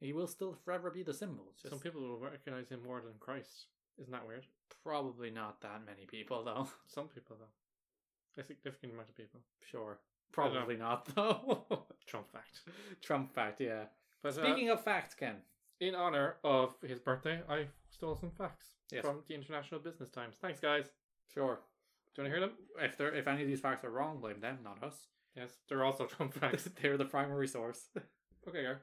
B: he will still forever be the symbol. It's just
A: Some people will recognize him more than Christ. Isn't that weird?
B: probably not that many people though. *laughs*
A: Some people, though. A significant amount of people.
B: Sure, probably not *laughs* though.
A: Trump
B: *laughs*
A: fact.
B: Trump fact, yeah.
A: But uh,
B: Speaking of facts, Ken.
A: in honor of his birthday, I stole some facts
B: Yes.
A: from the International Business Times. Thanks, guys.
B: Sure.
A: Do you want to hear them?
B: If there if any of these facts are wrong, blame them, not us.
A: Yes, they're
B: *laughs*
A: also Trump facts.
B: They're the primary *laughs* source.
A: Okay, Gar.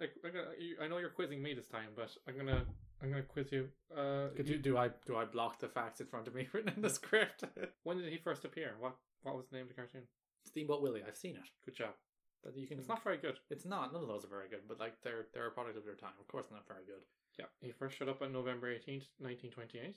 A: I, I, I- you- I know you're quizzing me this time, but I'm gonna I'm gonna quiz you. Uh,
B: Could
A: you-
B: you, do I do I block the facts in front of me *laughs* written in the script?
A: when did he first appear? What what was the name of the cartoon?
B: Steamboat Willie, I've seen it.
A: Good job.
B: But you can.
A: It's not very good.
B: It's not. None of Hmm. those are very good. But like they're they're a product of their time. Of course, not very good.
A: Yeah, he first showed up on November eighteenth, nineteen twenty-eight.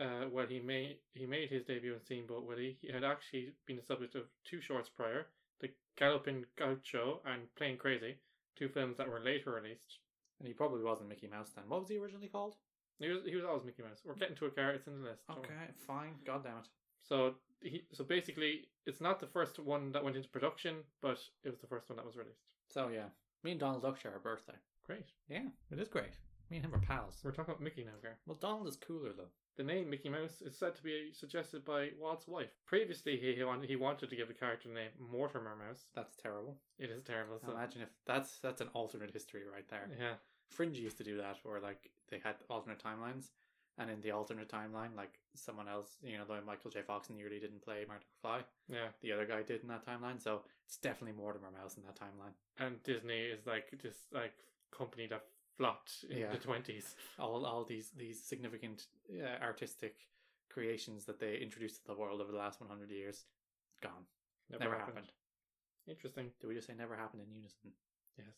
A: Uh, well, he made he made his debut in Steamboat Willie. He had actually been the subject of two shorts prior, The Galloping Gaucho and Plain Crazy, two films that were later released.
B: And he probably wasn't Mickey Mouse then. What was he originally called?
A: He was, he was always Mickey Mouse. We're getting to a car. It's in the list. don't worry.
B: Okay, fine. God damn it.
A: So he, so basically, it's not the first one that went into production, but it was the first one that was released.
B: So yeah, me and Donald Duck share a birthday.
A: Great.
B: Yeah, it is great. Me and him are pals.
A: We're talking about Mickey now, Gar.
B: Well, Donald is cooler though.
A: The name Mickey Mouse is said to be suggested by Walt's wife. Previously, he he wanted, he wanted to give the character the name Mortimer Mouse.
B: That's terrible.
A: It is terrible. So
B: Imagine if that's that's an alternate history right there.
A: Oh. yeah,
B: Fringe used to do that, where like they had alternate timelines, and in the alternate timeline, like someone else, you know, though Michael J. Fox nearly didn't play Marty McFly,
A: yeah.
B: the other guy did in that timeline. So it's definitely Mortimer Mouse in that timeline.
A: And Disney is like this like company that flopped in
B: Yeah.
A: the twenties.
B: All all these these significant uh, artistic creations that they introduced to the world over the last one hundred years, gone. Never, happened.
A: Interesting.
B: Did we just say never happened in unison?
A: Yes,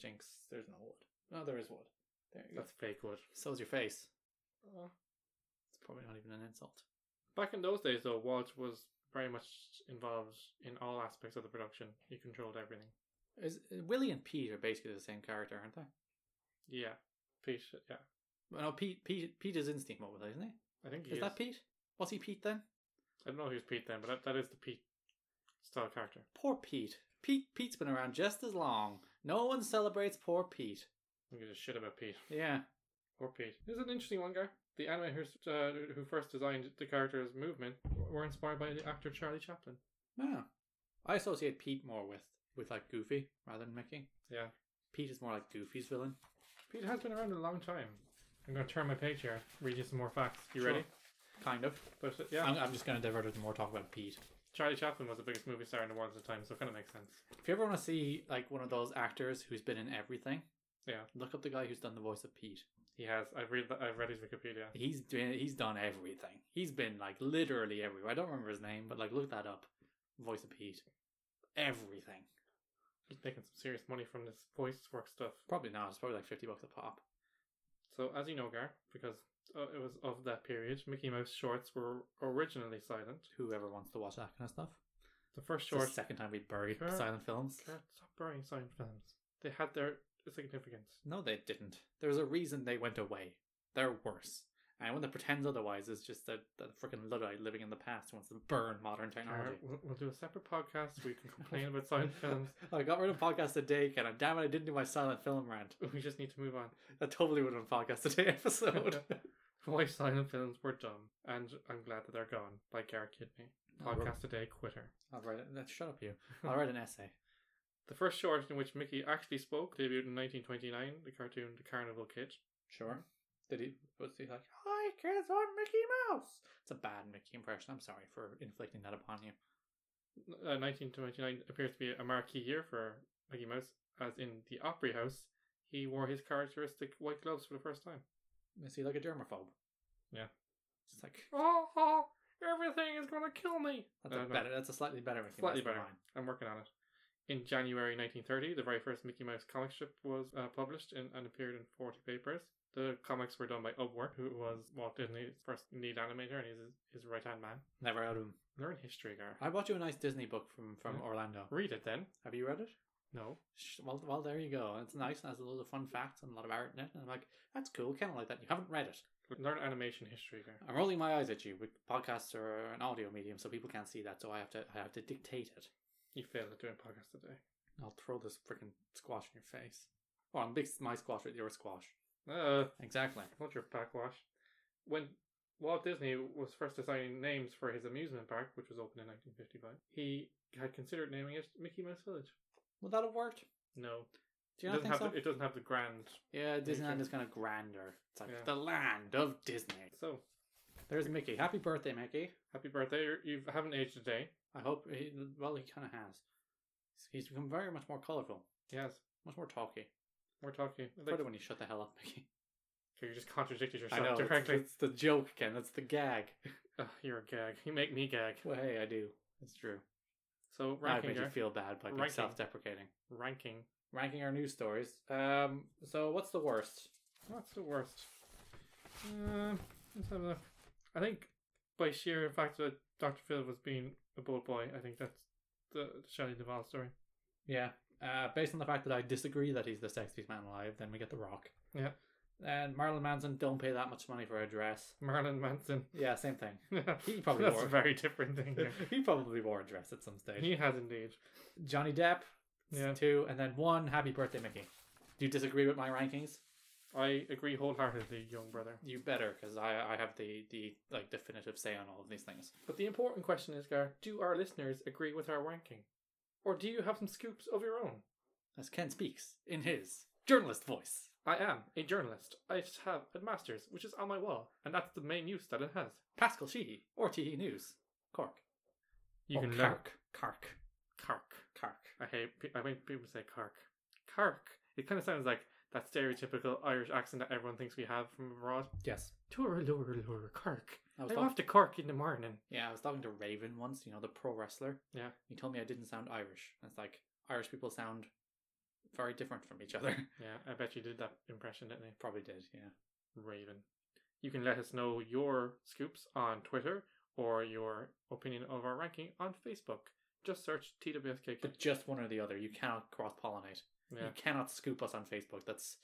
B: Jinx. There's no wood. No, there is wood. There you go.
A: that's fake wood.
B: So's your face.
A: Uh,
B: It's probably not even an insult.
A: Back in those days, though, Walt was very much involved in all aspects of the production. He controlled everything.
B: Is uh, Willie and Pete are basically the same character, aren't they?
A: Yeah, Pete. Yeah,
B: Well, no, Pete, Pete, Pete is in Steamboat Willie, isn't he?
A: I think he
B: is
A: is.
B: that Pete? Was he Pete then?
A: I don't know who's Pete then, but that, that is the Pete style character.
B: Poor Pete. Pete. Pete's been around just as long. No one celebrates poor Pete.
A: I'm gonna shit about Pete.
B: Yeah.
A: Or Pete. This is an interesting one, guy. The animators uh, who first designed the character's movement were inspired by the actor Charlie Chaplin.
B: Yeah. I associate Pete more with with like Goofy rather than Mickey.
A: Yeah,
B: Pete is more like Goofy's villain.
A: Pete has been around a long time. I'm gonna turn my page here, read you some more facts. You ready?
B: Kind of.
A: But uh, yeah,
B: I'm, I'm just going to divert it to more talk about Pete.
A: Charlie Chaplin was the biggest movie star in the world at the time, so it kind of makes sense.
B: If you ever want to see like one of those actors who's been in everything,
A: Yeah.
B: look up the guy who's done the voice of Pete.
A: He has. I've read. I've read his Wikipedia.
B: He's been he's done everything. He's been like literally everywhere. I don't remember his name, but like look that up. Voice of Pete. Everything.
A: He's making some serious money from this voice work stuff.
B: Probably not. It's probably like fifty bucks a pop.
A: So, as you know, Gar, because uh, it was of that period, Mickey Mouse shorts were originally silent.
B: Whoever wants to watch that kind of stuff.
A: The first
B: It's the
A: short.
B: second time we buried
A: Sure.
B: silent films.
A: Gar, stop burying silent films. They had their significance.
B: No, they didn't. There's a reason they went away. They're worse. And anyone that pretends otherwise is just a, a freaking Luddite living in the past who wants to burn modern
A: Gar,
B: technology.
A: we'll, we'll do a separate podcast. We can
B: *laughs*
A: complain about silent films.
B: I got rid of podcast today, Ken. and Damn it, I didn't do my silent film rant.
A: We just need to move on.
B: That totally would have been podcast
A: *laughs*
B: today episode.
A: Why silent films were dumb, and I'm glad that they're gone. By Gar Kidney,
B: No, we're-
A: podcast today quitter.
B: I'll write it. no, Shut up,
A: *laughs*
B: you. I'll write an essay.
A: The first short in which Mickey actually spoke debuted in 1929. The cartoon The Carnival Kid.
B: Sure. Did he? Was he like, "Hi, kids, I'm Mickey Mouse"? It's a bad Mickey impression. I'm sorry for inflicting that upon you.
A: Uh, 1929 appears to be a marquee year for Mickey Mouse, as in the Opry House, he wore his characteristic white gloves for the first time.
B: Is he like a germaphobe?
A: Yeah.
B: It's like
A: Oh, oh, everything is going to kill me.
B: Uh-huh. that's
A: Uh,
B: a
A: no,
B: better. That's a slightly better. Mickey
A: Slightly
B: Mouse than
A: better.
B: mine.
A: I'm working on it. In January 1930, the very first Mickey Mouse comic strip was uh, published and, and appeared in 40 papers. The comics were done by Upwork, who was Walt Disney's first lead animator and he's his, his right hand man.
B: Never heard of him.
A: Learn history, Gar.
B: I bought you a nice Disney book from from
A: Yeah.
B: Orlando.
A: Read it then.
B: Have you read it?
A: No.
B: Sh- Well, well, there you go. It's nice. It has a lot of fun facts and a lot of art in it. And I'm like, that's cool. Kind of like that. You haven't read it.
A: Learn animation history, Gar.
B: I'm rolling my eyes at you. With- Podcasts are an audio medium, so people can't see that. So I have to I have to dictate it.
A: You failed at doing podcasts today.
B: I'll throw this freaking squash in your face. Well, I'll mix my squash with your squash.
A: Uh,
B: Exactly.
A: not your backwash. When Walt Disney was first assigning names for his amusement park, which was opened in 1955, he had considered naming it Mickey Mouse Village.
B: Would that have worked?
A: No,
B: Do
A: it
B: you not
A: doesn't
B: think
A: have
B: so?
A: the, it doesn't have the grand.
B: Yeah, Disneyland
A: sure?
B: is kind of grander. It's like
A: Yeah.
B: the land of Disney.
A: So
B: There's Mickey. Happy birthday, Mickey.
A: happy birthday! You're, you haven't aged a day.
B: I hope. He, well, he kind of has. He's become very much more colorful,
A: Yes,
B: much more talky.
A: we're talking. I'd Like,
B: Better when you shut the hell up, *laughs* Mickey.
A: Okay, you just contradicted
B: I
A: yourself
B: know. It's,
A: directly.
B: it's the joke again. That's the gag.
A: Ugh, you're a gag. You make me gag.
B: *laughs* Well, hey, I do. It's true.
A: So
B: I
A: ranking,
B: made you
A: Gar-
B: feel bad by being
A: Ranking.
B: self-deprecating.
A: ranking.
B: Ranking our news stories. Um. So, what's the worst?
A: What's the worst? Um, let's have a look. I think by sheer fact that Dr. Phil was being a bold boy, I think that's the, the Shelley Duvall story.
B: Yeah. Uh, based on the fact that I disagree that he's the sexiest man alive, then we get The Rock.
A: Yeah.
B: And Marilyn Manson don't pay that much money for a dress.
A: Marilyn Manson. *laughs*
B: Yeah, same thing. He probably
A: That's
B: wore
A: a very different thing.
B: *laughs*
A: here.
B: he probably wore a dress at some stage.
A: he has indeed.
B: Johnny Depp,
A: Yeah.
B: two, and then one. Happy birthday, Mickey. Do you disagree with my rankings?
A: I agree wholeheartedly, young brother.
B: You better, because I, I have the, the like definitive say on all of these things.
A: But the important question is, Gar, do our listeners agree with our ranking? Or do you have some scoops of your own?
B: As Ken speaks in his journalist voice.
A: I am a journalist. I just have a master's, which is on my wall, and that's the main use that it has.
B: Pascal Sheehy, RTE E News, Cork.
A: You
B: Or
A: can learn.
B: Cark. Cark.
A: Cark.
B: Cark.
A: I hate. pe- I hate people say Cork. Cork. It kind of sounds like that stereotypical Irish accent that everyone thinks we have from abroad.
B: Yes.
A: Tooralooraroor, Cork.
B: I was
A: I'm
B: talking
A: off to Cork in the morning.
B: Yeah, I was talking to Raven once, you know, the pro wrestler.
A: Yeah.
B: He told me I didn't sound Irish. And It's like Irish people sound very different from each other. *laughs*
A: Yeah, I bet you did that impression, didn't you?
B: Probably did, yeah.
A: Raven. You can let us know your scoops on Twitter or your opinion of our ranking on Facebook. Just search TWSKK.
B: But just one or the other. You cannot cross pollinate.
A: yeah,
B: You cannot scoop us on Facebook. That's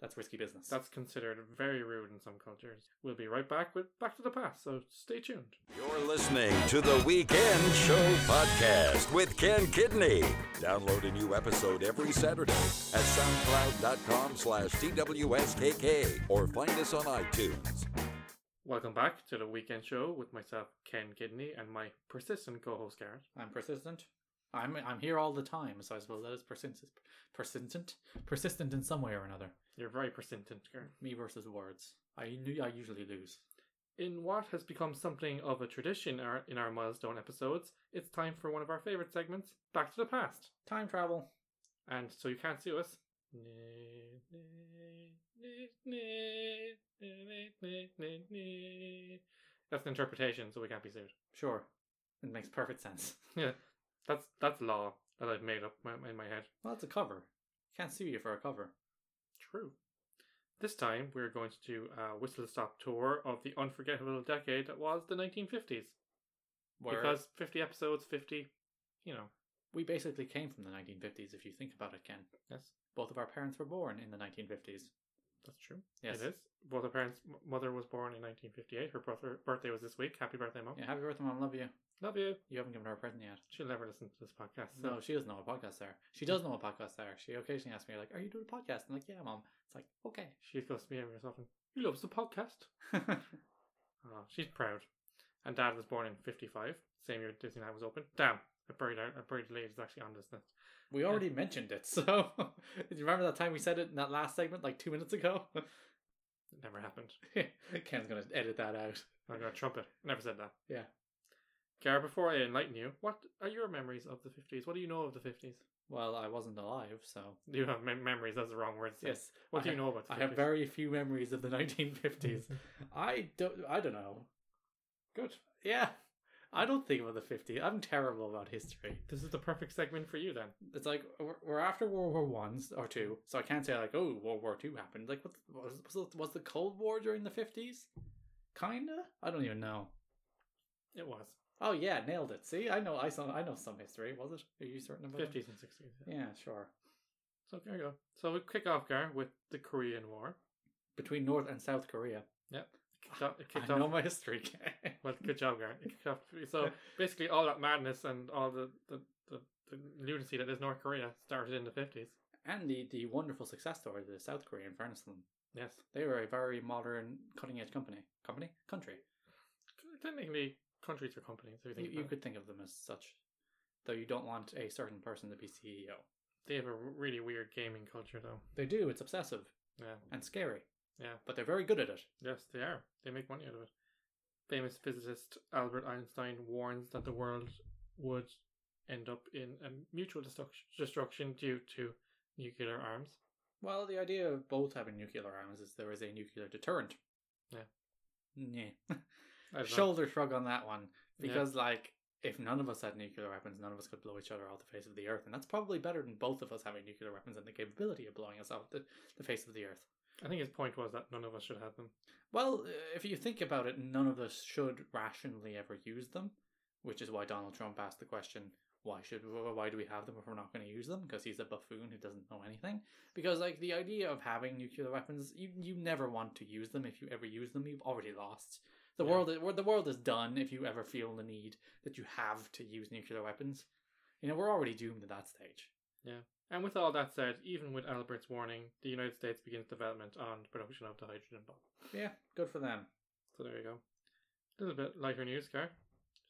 B: that's risky business.
A: that's considered very rude in some cultures. We'll be right back with Back to the Past, so stay tuned.
C: You're listening to the Weekend Show podcast with Ken Kidney. Download a new episode every Saturday at soundcloud.com slash TWSKK or find us on iTunes.
A: Welcome back to the weekend show with myself, Ken Kidney, and my persistent co host, Garrett.
B: I'm persistent. I'm I'm here all the time, so I suppose that is persistent persistent persistent in some way or another.
A: You're very persistent, Garrett.
B: Me versus words. I u- I usually lose.
A: In what has become something of a tradition in our- in our milestone episodes, it's time for one of our favourite segments, Back to the Past.
B: Time travel.
A: And so you can't sue us. That's an interpretation, so we can't be sued.
B: Sure. It makes perfect sense. *laughs*
A: Yeah, that's that's law that I've made up my, in my head.
B: Well, it's a cover. Can't sue you for a cover.
A: True. This time we're going to do a whistle stop tour of the unforgettable decade that was the 1950s.
B: Where
A: Because 50 episodes, 50, you know.
B: we basically came from the 1950s, if you think about it, Ken.
A: Yes,
B: Both of our parents were born in the 1950s.
A: that's true.
B: Yes.
A: It is. Both her parents' m- mother was born in 1958. Her brother, birthday was this week. Happy birthday, mom.
B: Yeah, happy birthday, Mom. Love you.
A: Love you.
B: You haven't given her a present yet.
A: She'll never listen to this podcast. So.
B: No, she doesn't know a podcast there. She does know a podcast there. She occasionally asks me, like, are you doing a podcast? I'm like, yeah, Mom. It's like, okay. *laughs*
A: She goes to me every so often. He loves the podcast. Oh, she's proud. And Dad was born in '55, same year Disneyland was open. Damn, I buried her. I buried the ladies actually on this list.
B: we already mentioned it, *laughs* so. Do you remember that time we said it in that last segment, like two minutes ago? *laughs*
A: It never happened.
B: Ken's going to edit that out.
A: I'm gonna trump it. Never said that.
B: Yeah.
A: Kara, before I enlighten you, what are your memories of the '50s? What do you know of the '50s?
B: Well, I wasn't alive, so
A: *laughs* You have mem- memories. That's the wrong word. to say.
B: yes.
A: What
B: I
A: do you
B: have-
A: know about? The
B: I have
A: 50s? *laughs*
B: very few memories of the 1950s. I don't. I don't know.
A: good.
B: Yeah, I don't think about the 50s. I'm terrible about history.
A: This is the perfect segment for you then.
B: It's like we're- we're after World War One or two, so I can't say like, oh, World War Two happened. Like, what was was the- was the Cold War during the 50s? Kinda. I don't even know.
A: It was
B: Oh yeah, nailed it. See, I know. I saw. I know some history. Was it? Are you certain about it?
A: fifties and sixties.
B: Yeah, sure.
A: So there you go. So we kick off, Gar, with the Korean War.
B: Between North and South Korea.
A: It kicked off. It
B: I
A: kicked
B: know
A: off
B: my history. *laughs* Ken.
A: well, good job, Gar. It kicked off.
B: *laughs*
A: So basically, all that madness and all the the, the, the lunacy that is North Korea started in the fifties.
B: and the, the wonderful success story of the South Korean fairness to them.
A: Yes,
B: They were a very modern, cutting edge company. Company? Country.
A: technically, countries are companies. If you
B: You,
A: think
B: you
A: about it.
B: could think of them as such, though you don't want a certain person to be CEO.
A: They have a really weird gaming culture, though.
B: They do, it's obsessive
A: Yeah.
B: and scary.
A: Yeah.
B: But they're very good at it.
A: Yes, they are. They make money out of it. Famous physicist Albert Einstein warns that the world would end up in a mutual destruction, destruction due to nuclear arms.
B: Well, the idea of both having nuclear arms is there is a nuclear deterrent.
A: Yeah.
B: Yeah.
A: I don't know.
B: Shoulder shrug on that one.
A: Yeah.
B: Because, like, if none of us had nuclear weapons, none of us could blow each other off the face of the earth. And that's probably better than both of us having nuclear weapons and the capability of blowing us off the, the face of the earth.
A: I think his point was that none of us should have them.
B: Well, uh, if you think about it, none of us should rationally ever use them, which is why Donald Trump asked the question, "Why should wh- why do we have them if we're not going to use them?" Because he's a buffoon who doesn't know anything. Because like the idea of having nuclear weapons, you you never want to use them. If you ever use them, you've already lost. The
A: Yeah.
B: world world the world is done. If you ever feel the need that you have to use nuclear weapons, you know we're already doomed at that stage.
A: And with all that said, even with Albert's warning, the United States begins development on the production of the hydrogen bomb.
B: Yeah, good for them.
A: So there you go. A little bit lighter news, Car.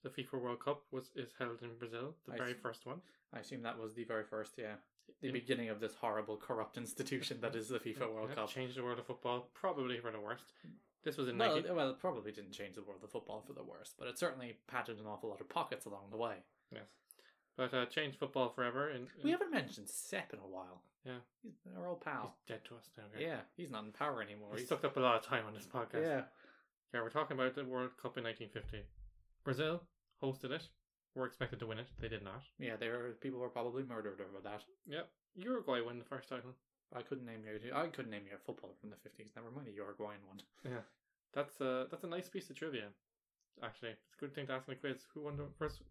A: The FIFA World Cup was is held in Brazil, the
B: I
A: very
B: see.
A: first one.
B: I assume that was the very first, yeah. The
A: In-
B: beginning of this horrible, corrupt institution
A: *laughs*
B: that is the FIFA World
A: Yeah,
B: Cup.
A: Changed the world of football, probably for the worst. This was in
B: Well,
A: 19-
B: it- well, it probably didn't change the world of football for the worse, but it certainly patted an awful lot of pockets along the way.
A: Yes. But uh, changed football forever. And,
B: We haven't mentioned Sepp in a while.
A: Yeah.
B: He's our old
A: He's
B: pal.
A: dead to us now. Gary.
B: Yeah, he's not in power anymore.
A: He's
B: He's
A: sucked up a lot of time on this podcast.
B: yeah.
A: Yeah, we're talking about the World Cup in 1950. Brazil hosted it. Were expected to win it. They did not.
B: Yeah, there were people were probably murdered over that.
A: Yep. Uruguay won the first title.
B: I couldn't name you I couldn't name you a footballer from the fifties, never mind a Uruguayan one.
A: Yeah. That's a, that's a nice piece of trivia, actually. It's a good thing to ask in a quiz. Who won the first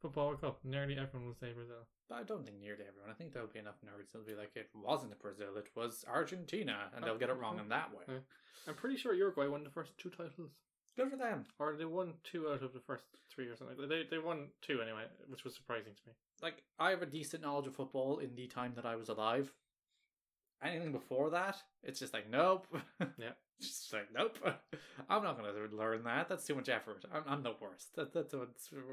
A: Football World Cup? Nearly everyone will say Brazil.
B: But I don't think nearly everyone. I think there'll be enough nerds that'll be like, it wasn't Brazil, it was Argentina, and they'll get it wrong in that way.
A: Oh, Yeah. I'm pretty sure Uruguay won the first two titles.
B: Good for them.
A: Or they won two out of the first three or something. They, they won two anyway, which was surprising to me.
B: like I have a decent knowledge of football in the time that I was alive. Anything before that, it's just like nope. *laughs*
A: Yeah.
B: just like nope. *laughs* I'm not going to learn that. That's too much effort. I'm, I'm the worst. That, that's what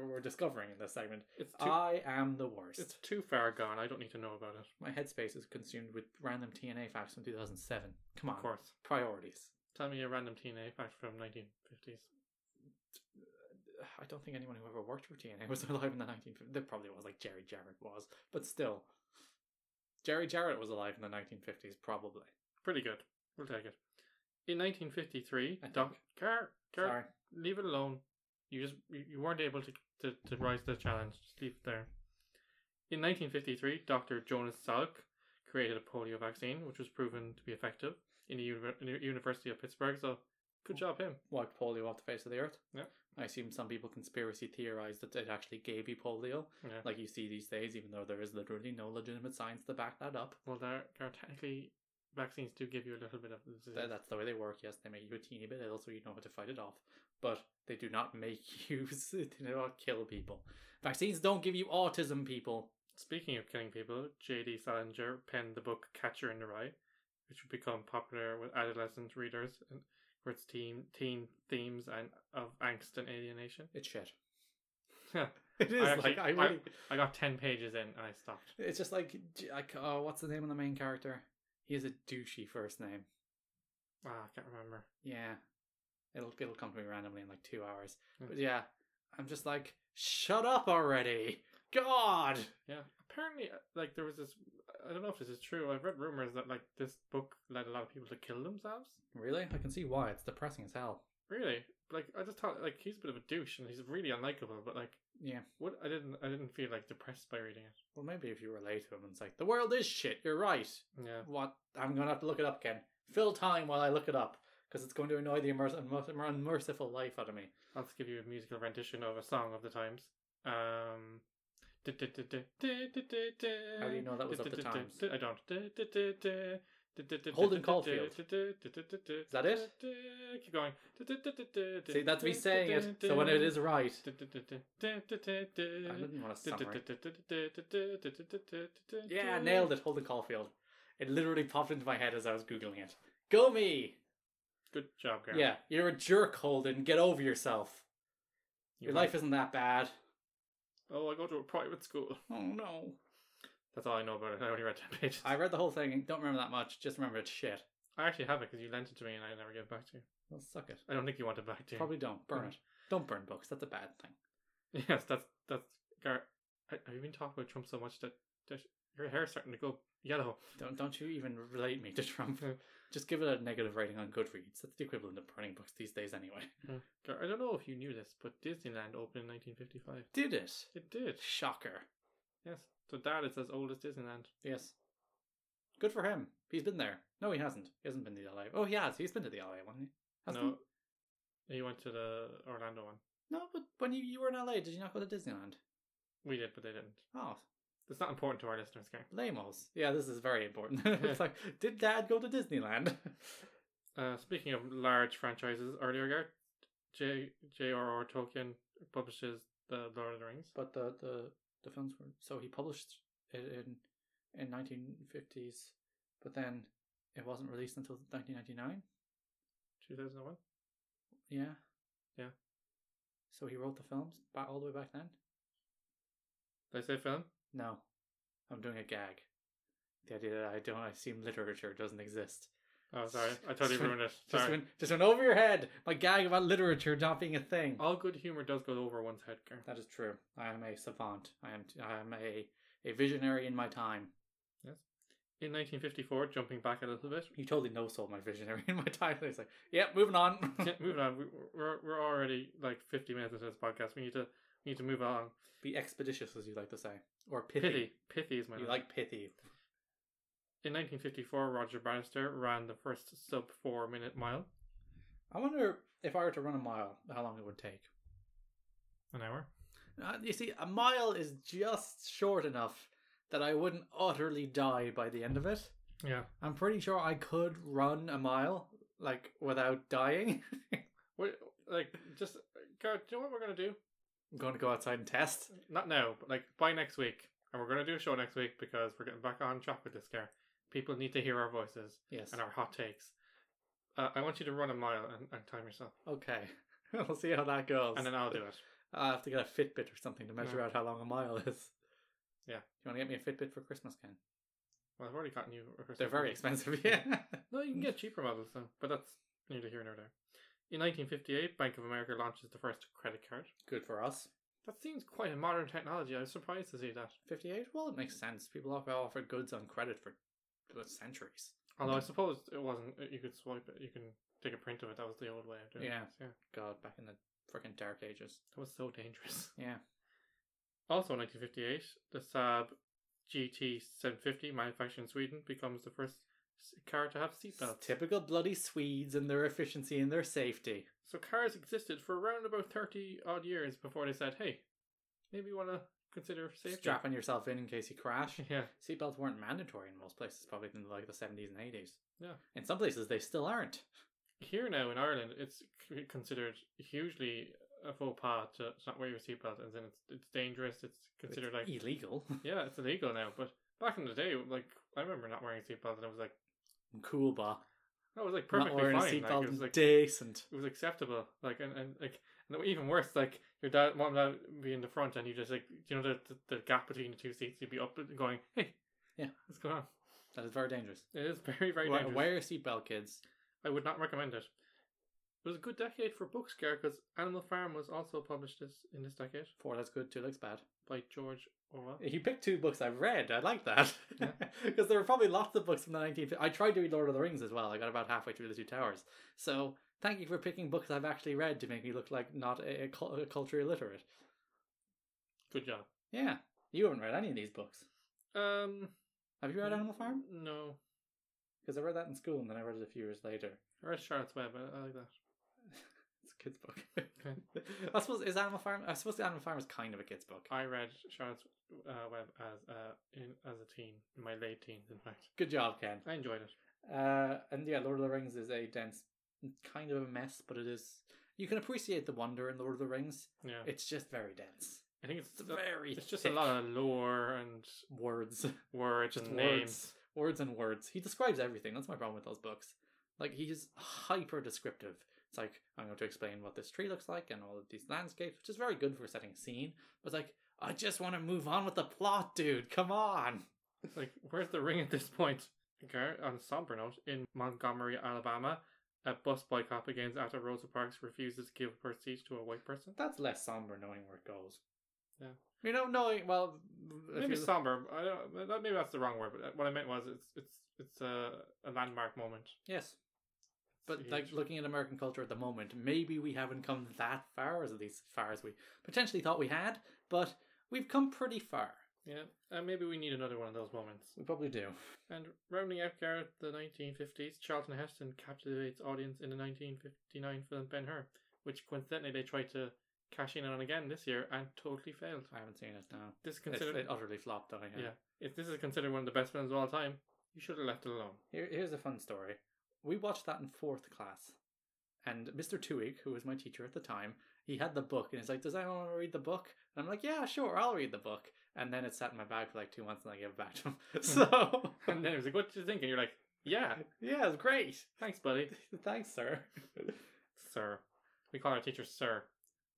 B: we're discovering in this segment.
A: It's too
B: I am the worst.
A: It's too far gone. I don't need to know about it.
B: My headspace is consumed with random TNA facts from 2007. Come on,
A: Of course.
B: priorities.
A: Tell me a random TNA fact from 1950s.
B: I don't think anyone who ever worked for TNA was *laughs* alive in the 1950s. There probably was, like Jerry Jarrett was, but still, Jerry Jarrett was alive in the 1950s, probably.
A: Pretty good. We'll take it. In 1953,
B: I
A: Doc
B: think.
A: Car Car,
B: Sorry.
A: leave it alone. You just you, you weren't able to, to to rise to the challenge. Just leave it there. In 1953, Dr. Jonas Salk created a polio vaccine, which was proven to be effective in the, uni- in the University of Pittsburgh. So,
B: Oh.
A: good job him.
B: wiped polio off the face of the earth.
A: Yeah.
B: I assume some people conspiracy theorize that it actually gave you polio,
A: Yeah.
B: like you see these days, even though there is literally no legitimate science to back that up.
A: Well, there, there are technically vaccines do give you a little bit of the disease.
B: Th- That's the way they work. Yes, they make you a teeny bit ill so you know how to fight it off, but they do not make *laughs* you, they do not kill people. Vaccines don't give you autism, people.
A: Speaking of killing people, J.D. Salinger penned the book Catcher in the Rye, which would become popular with adolescent readers and for its teen, teen themes and of angst and alienation.
B: It's shit.
A: I
B: *laughs* It is
A: actually-
B: like I really.
A: got 10 pages in and I stopped.
B: It's just like j- like oh, what's the name of the main character? He has a douchey first name.
A: Ah, I can't remember.
B: Yeah. It'll it'll come to me randomly in like two hours.
A: Mm.
B: But yeah, I'm just like, shut up already. God.
A: Yeah, apparently, uh, like there was this. I don't know if this is true. I've read rumors that like this book led a lot of people to kill themselves.
B: Really? I can see why. It's depressing as hell.
A: Really, like I just thought like he's a bit of a douche and he's really unlikable. But like,
B: Yeah.
A: what I didn't I didn't feel like depressed by reading it.
B: Well, maybe if you relate to him, it's like, the world is shit. You're right.
A: Yeah,
B: What? I'm going to have to look it up, Ken. Fill time while I look it up, because it's going to annoy the immers- unmer- unmerciful life out of me.
A: I'll just give you a musical rendition of a song of the times. Um. How
B: How
A: do
B: do you know that was of the times?
A: I don't.
B: Holden Caulfield.
A: Is
B: that it?
A: Keep going.
B: See, that's me saying it, so when it is right. I
A: Yeah,
B: didn't want to summary. Yeah, nailed it, Holden Caulfield. It literally popped into my head as I was Googling it. Go me!
A: Good job, Gary.
B: Yeah, you're a jerk, Holden. Get over yourself.
A: You
B: Your
A: might-
B: life isn't that bad.
A: Oh, I go to a private school.
B: Oh no.
A: That's all I know about it. I only read ten pages.
B: I
A: I,
B: read the whole thing and don't remember that much, just remember it's shit.
A: actually have it because you lent it to me and I never gave it back to you.
B: Well, suck it.
A: I don't think you want it back, do you?
B: Probably don't. Burn
A: Mm.
B: it. Don't burn books. That's a bad thing.
A: *laughs* Yes, that's that's. Gar- I- have you been talking about Trump so much that, that your hair's starting to go yellow?
B: Don't don't you even relate me to *laughs* Trump.
A: Mm.
B: just give it a negative rating on Goodreads. That's the equivalent of burning books these days anyway. *laughs*
A: Gar- I don't know if you knew this, but Disneyland opened in 1955.
B: Did it?
A: It did.
B: Shocker.
A: Yes. So that is as old as Disneyland.
B: Yes. Good for him. He's been there. No, he hasn't. He hasn't been to the LA. Oh, he has. He's been to the LA one. Hasn't
A: no.
B: he?
A: He went to the Orlando one.
B: No, but when you, you were in LA, did you not go to Disneyland?
A: We did, but they didn't.
B: Oh,
A: It's not important to our listeners, Gar.
B: lamos. Yeah, this is very important. *laughs* it's like, did Dad go to Disneyland? *laughs*
A: Uh, speaking of large franchises, earlier, Gar, J J.R.R. Tolkien publishes the Lord of the Rings.
B: but the the the films were so he published it in in 1950s, but then it wasn't released until 1999.
A: 2001.
B: Yeah.
A: Yeah.
B: So he wrote the films back all the way back then.
A: Did I say film?
B: No, I'm doing a gag. The idea that I don't assume literature doesn't exist.
A: Oh, sorry. I totally
B: Just went-
A: ruined it.
B: Just
A: Sorry.
B: went, just went over your head. My gag about literature not being a thing.
A: All good humor does go over one's head, Gar.
B: That is true. I am a savant. I am. I am a a visionary in my time.
A: In 1954, jumping back a little
B: *laughs*
A: bit,
B: You totally no sold my visionary *laughs* in my time. It's like, yep,
A: *laughs*
B: moving on.
A: Yeah, moving on. We, we're we're already like 50 minutes into this podcast. We need to we need to move on.
B: Be expeditious, as you like to say, or pithy.
A: Pithy, pithy is my.
B: You
A: name.
B: like pithy.
A: in 1954, Roger Bannister ran the first sub four minute mile,
B: I wonder if I were to run a mile, how long it would take.
A: an hour.
B: Uh, you see, a mile is just short enough that I wouldn't utterly die by the end of it.
A: Yeah.
B: I'm pretty sure I could run a mile like without dying. *laughs*
A: What like just God? Do you know what we're gonna do?
B: I'm going to go outside and test.
A: Not now, but like by next week, and we're gonna do a show next week because we're getting back on track with this guy. People need to hear our voices
B: Yes.
A: and our hot takes. Uh, I want you to run a mile and, and time yourself,
B: Okay. *laughs* we'll see how that goes.
A: and then I'll do it.
B: I have to get a Fitbit or something to measure
A: Yeah.
B: out how long a mile *laughs* is.
A: Yeah.
B: You want to get me a Fitbit for Christmas, Ken?
A: Well, I've already gotten you. a
B: They're very
A: Christmas present.
B: expensive. *laughs* Yeah.
A: No, you can get cheaper models though, but that's neither here nor there. In 1958, Bank of America launches the first credit card.
B: Good for us.
A: That seems quite a modern technology. I was surprised to see that.
B: 58? Well, it makes sense. People have offered goods on credit for uh, centuries.
A: Although I suppose it wasn't. You could swipe it. You can take a print of it. That was the old way of doing
B: Yeah.
A: it. Yeah,
B: God, back in the freaking dark ages.
A: that was so dangerous.
B: *laughs* Yeah.
A: Also, in 1958, the Saab GT750, manufactured in Sweden, becomes the first s- car to have seatbelts.
B: Typical bloody Swedes and their efficiency and their safety.
A: So cars existed for around about 30 odd years before they said, "Hey, maybe you want to consider safety."
B: Strapping yourself in in case
A: *laughs*
B: you crash.
A: Yeah.
B: Seatbelts weren't mandatory in most places, probably in like the 70s and 80s.
A: Yeah.
B: In some places, they still aren't.
A: here now in Ireland, it's c- considered hugely a faux pas to, to not wear your seatbelt, and then it's it's dangerous. It's considered like
B: It's illegal. *laughs*
A: yeah, it's illegal now. But back in the day, like I remember not wearing a seatbelt, and it was like
B: cool, bah.
A: no, it was like
B: Not
A: perfectly
B: wearing a
A: fine. Like,
B: seatbelt
A: it
B: is
A: was like
B: decent.
A: it was acceptable. Like and, and like and even worse, like your dad, mom, and dad would be in the front, and you just like you know the, the the gap between the two seats, you'd be up and going, hey,
B: Yeah.
A: what's going on?
B: That is very dangerous.
A: It is very very
B: Wear-
A: dangerous.
B: Wear your seatbelt, kids.
A: I would not recommend it. It was a good decade for books, Gar, because Animal Farm was also published this in this decade
B: Four looks good, two looks bad.
A: by George Orwell.
B: You picked two books I've read. I like that
A: Yeah.
B: *laughs* because there were probably lots of books from the 1950s. I tried to read Lord of the Rings as well. I got about halfway through the Two Towers. So thank you for picking books I've actually read to make me look like not a, a, cul- a culture illiterate.
A: Good job.
B: Yeah, you haven't read any of these books.
A: Um,
B: Have you read Animal Farm?
A: No,
B: Because I read that in school and then I read it a few years later.
A: I read Charlotte's Web. I, I like that.
B: It's a kid's book. *laughs* I suppose is Animal Farm. I suppose Animal Farm is kind of a kid's book.
A: I read Charlotte's uh, Web as uh in as a teen, in my late teens, in fact.
B: Good job, Ken.
A: I enjoyed it.
B: Uh, and yeah, Lord of the Rings is a dense, kind of a mess, but it is. You can appreciate the wonder in Lord of the Rings.
A: Yeah,
B: It's just very dense.
A: I think it's
B: It's very.
A: it's just
B: thick
A: a lot of lore and
B: words, *laughs*
A: words
B: just
A: and names.
B: words, words and words. He describes everything. That's my problem with those books. Like he's hyper descriptive. It's like I'm going to explain what this tree looks like and all of these landscapes, which is very good for setting a scene. But it's like, I just want to move on with the plot, dude. Come on.
A: It's like, where's the ring at this point? Okay, on a somber note, in Montgomery, Alabama, a bus boycott begins after Rosa Parks refuses to give up her seat to a white person.
B: That's less somber knowing where it goes.
A: Yeah.
B: You know, knowing well. if
A: Maybe
B: you're-
A: somber. I don't, that- maybe that's the wrong word. But uh, what I meant was, it's it's it's a, a landmark moment.
B: Yes, but
A: It's
B: like
A: huge.
B: looking at American culture at the moment, maybe we haven't come that far, as at least far as we potentially thought we had. But we've come pretty far.
A: yeah, and maybe we need another one of those moments.
B: We probably do.
A: And rounding out Garrett the 1950s, Charlton Heston captivates audience in the 1959 film Ben Hur, which coincidentally they tried to cash in on again this year and totally failed.
B: I haven't seen it now.
A: This
B: It,
A: considered
B: it utterly flopped. Don't I?
A: Yeah. If this is considered one of the best films of all time, you should have left it alone.
B: Here, here's a fun story. We watched that in fourth class, and Mr. Tuig, who was my teacher at the time, he had the book, and he's like, "Does anyone want to read the book?" And I'm like, "Yeah, sure, I'll read the book." And then it sat in my bag for like two months, and I gave it back to him. *laughs* so,
A: *laughs* And then it was like, what do you think? And you're like, yeah,
B: *laughs* yeah, it's great. *laughs*
A: thanks, buddy.
B: Thanks, sir. *laughs*
A: sir. We call our teacher sir.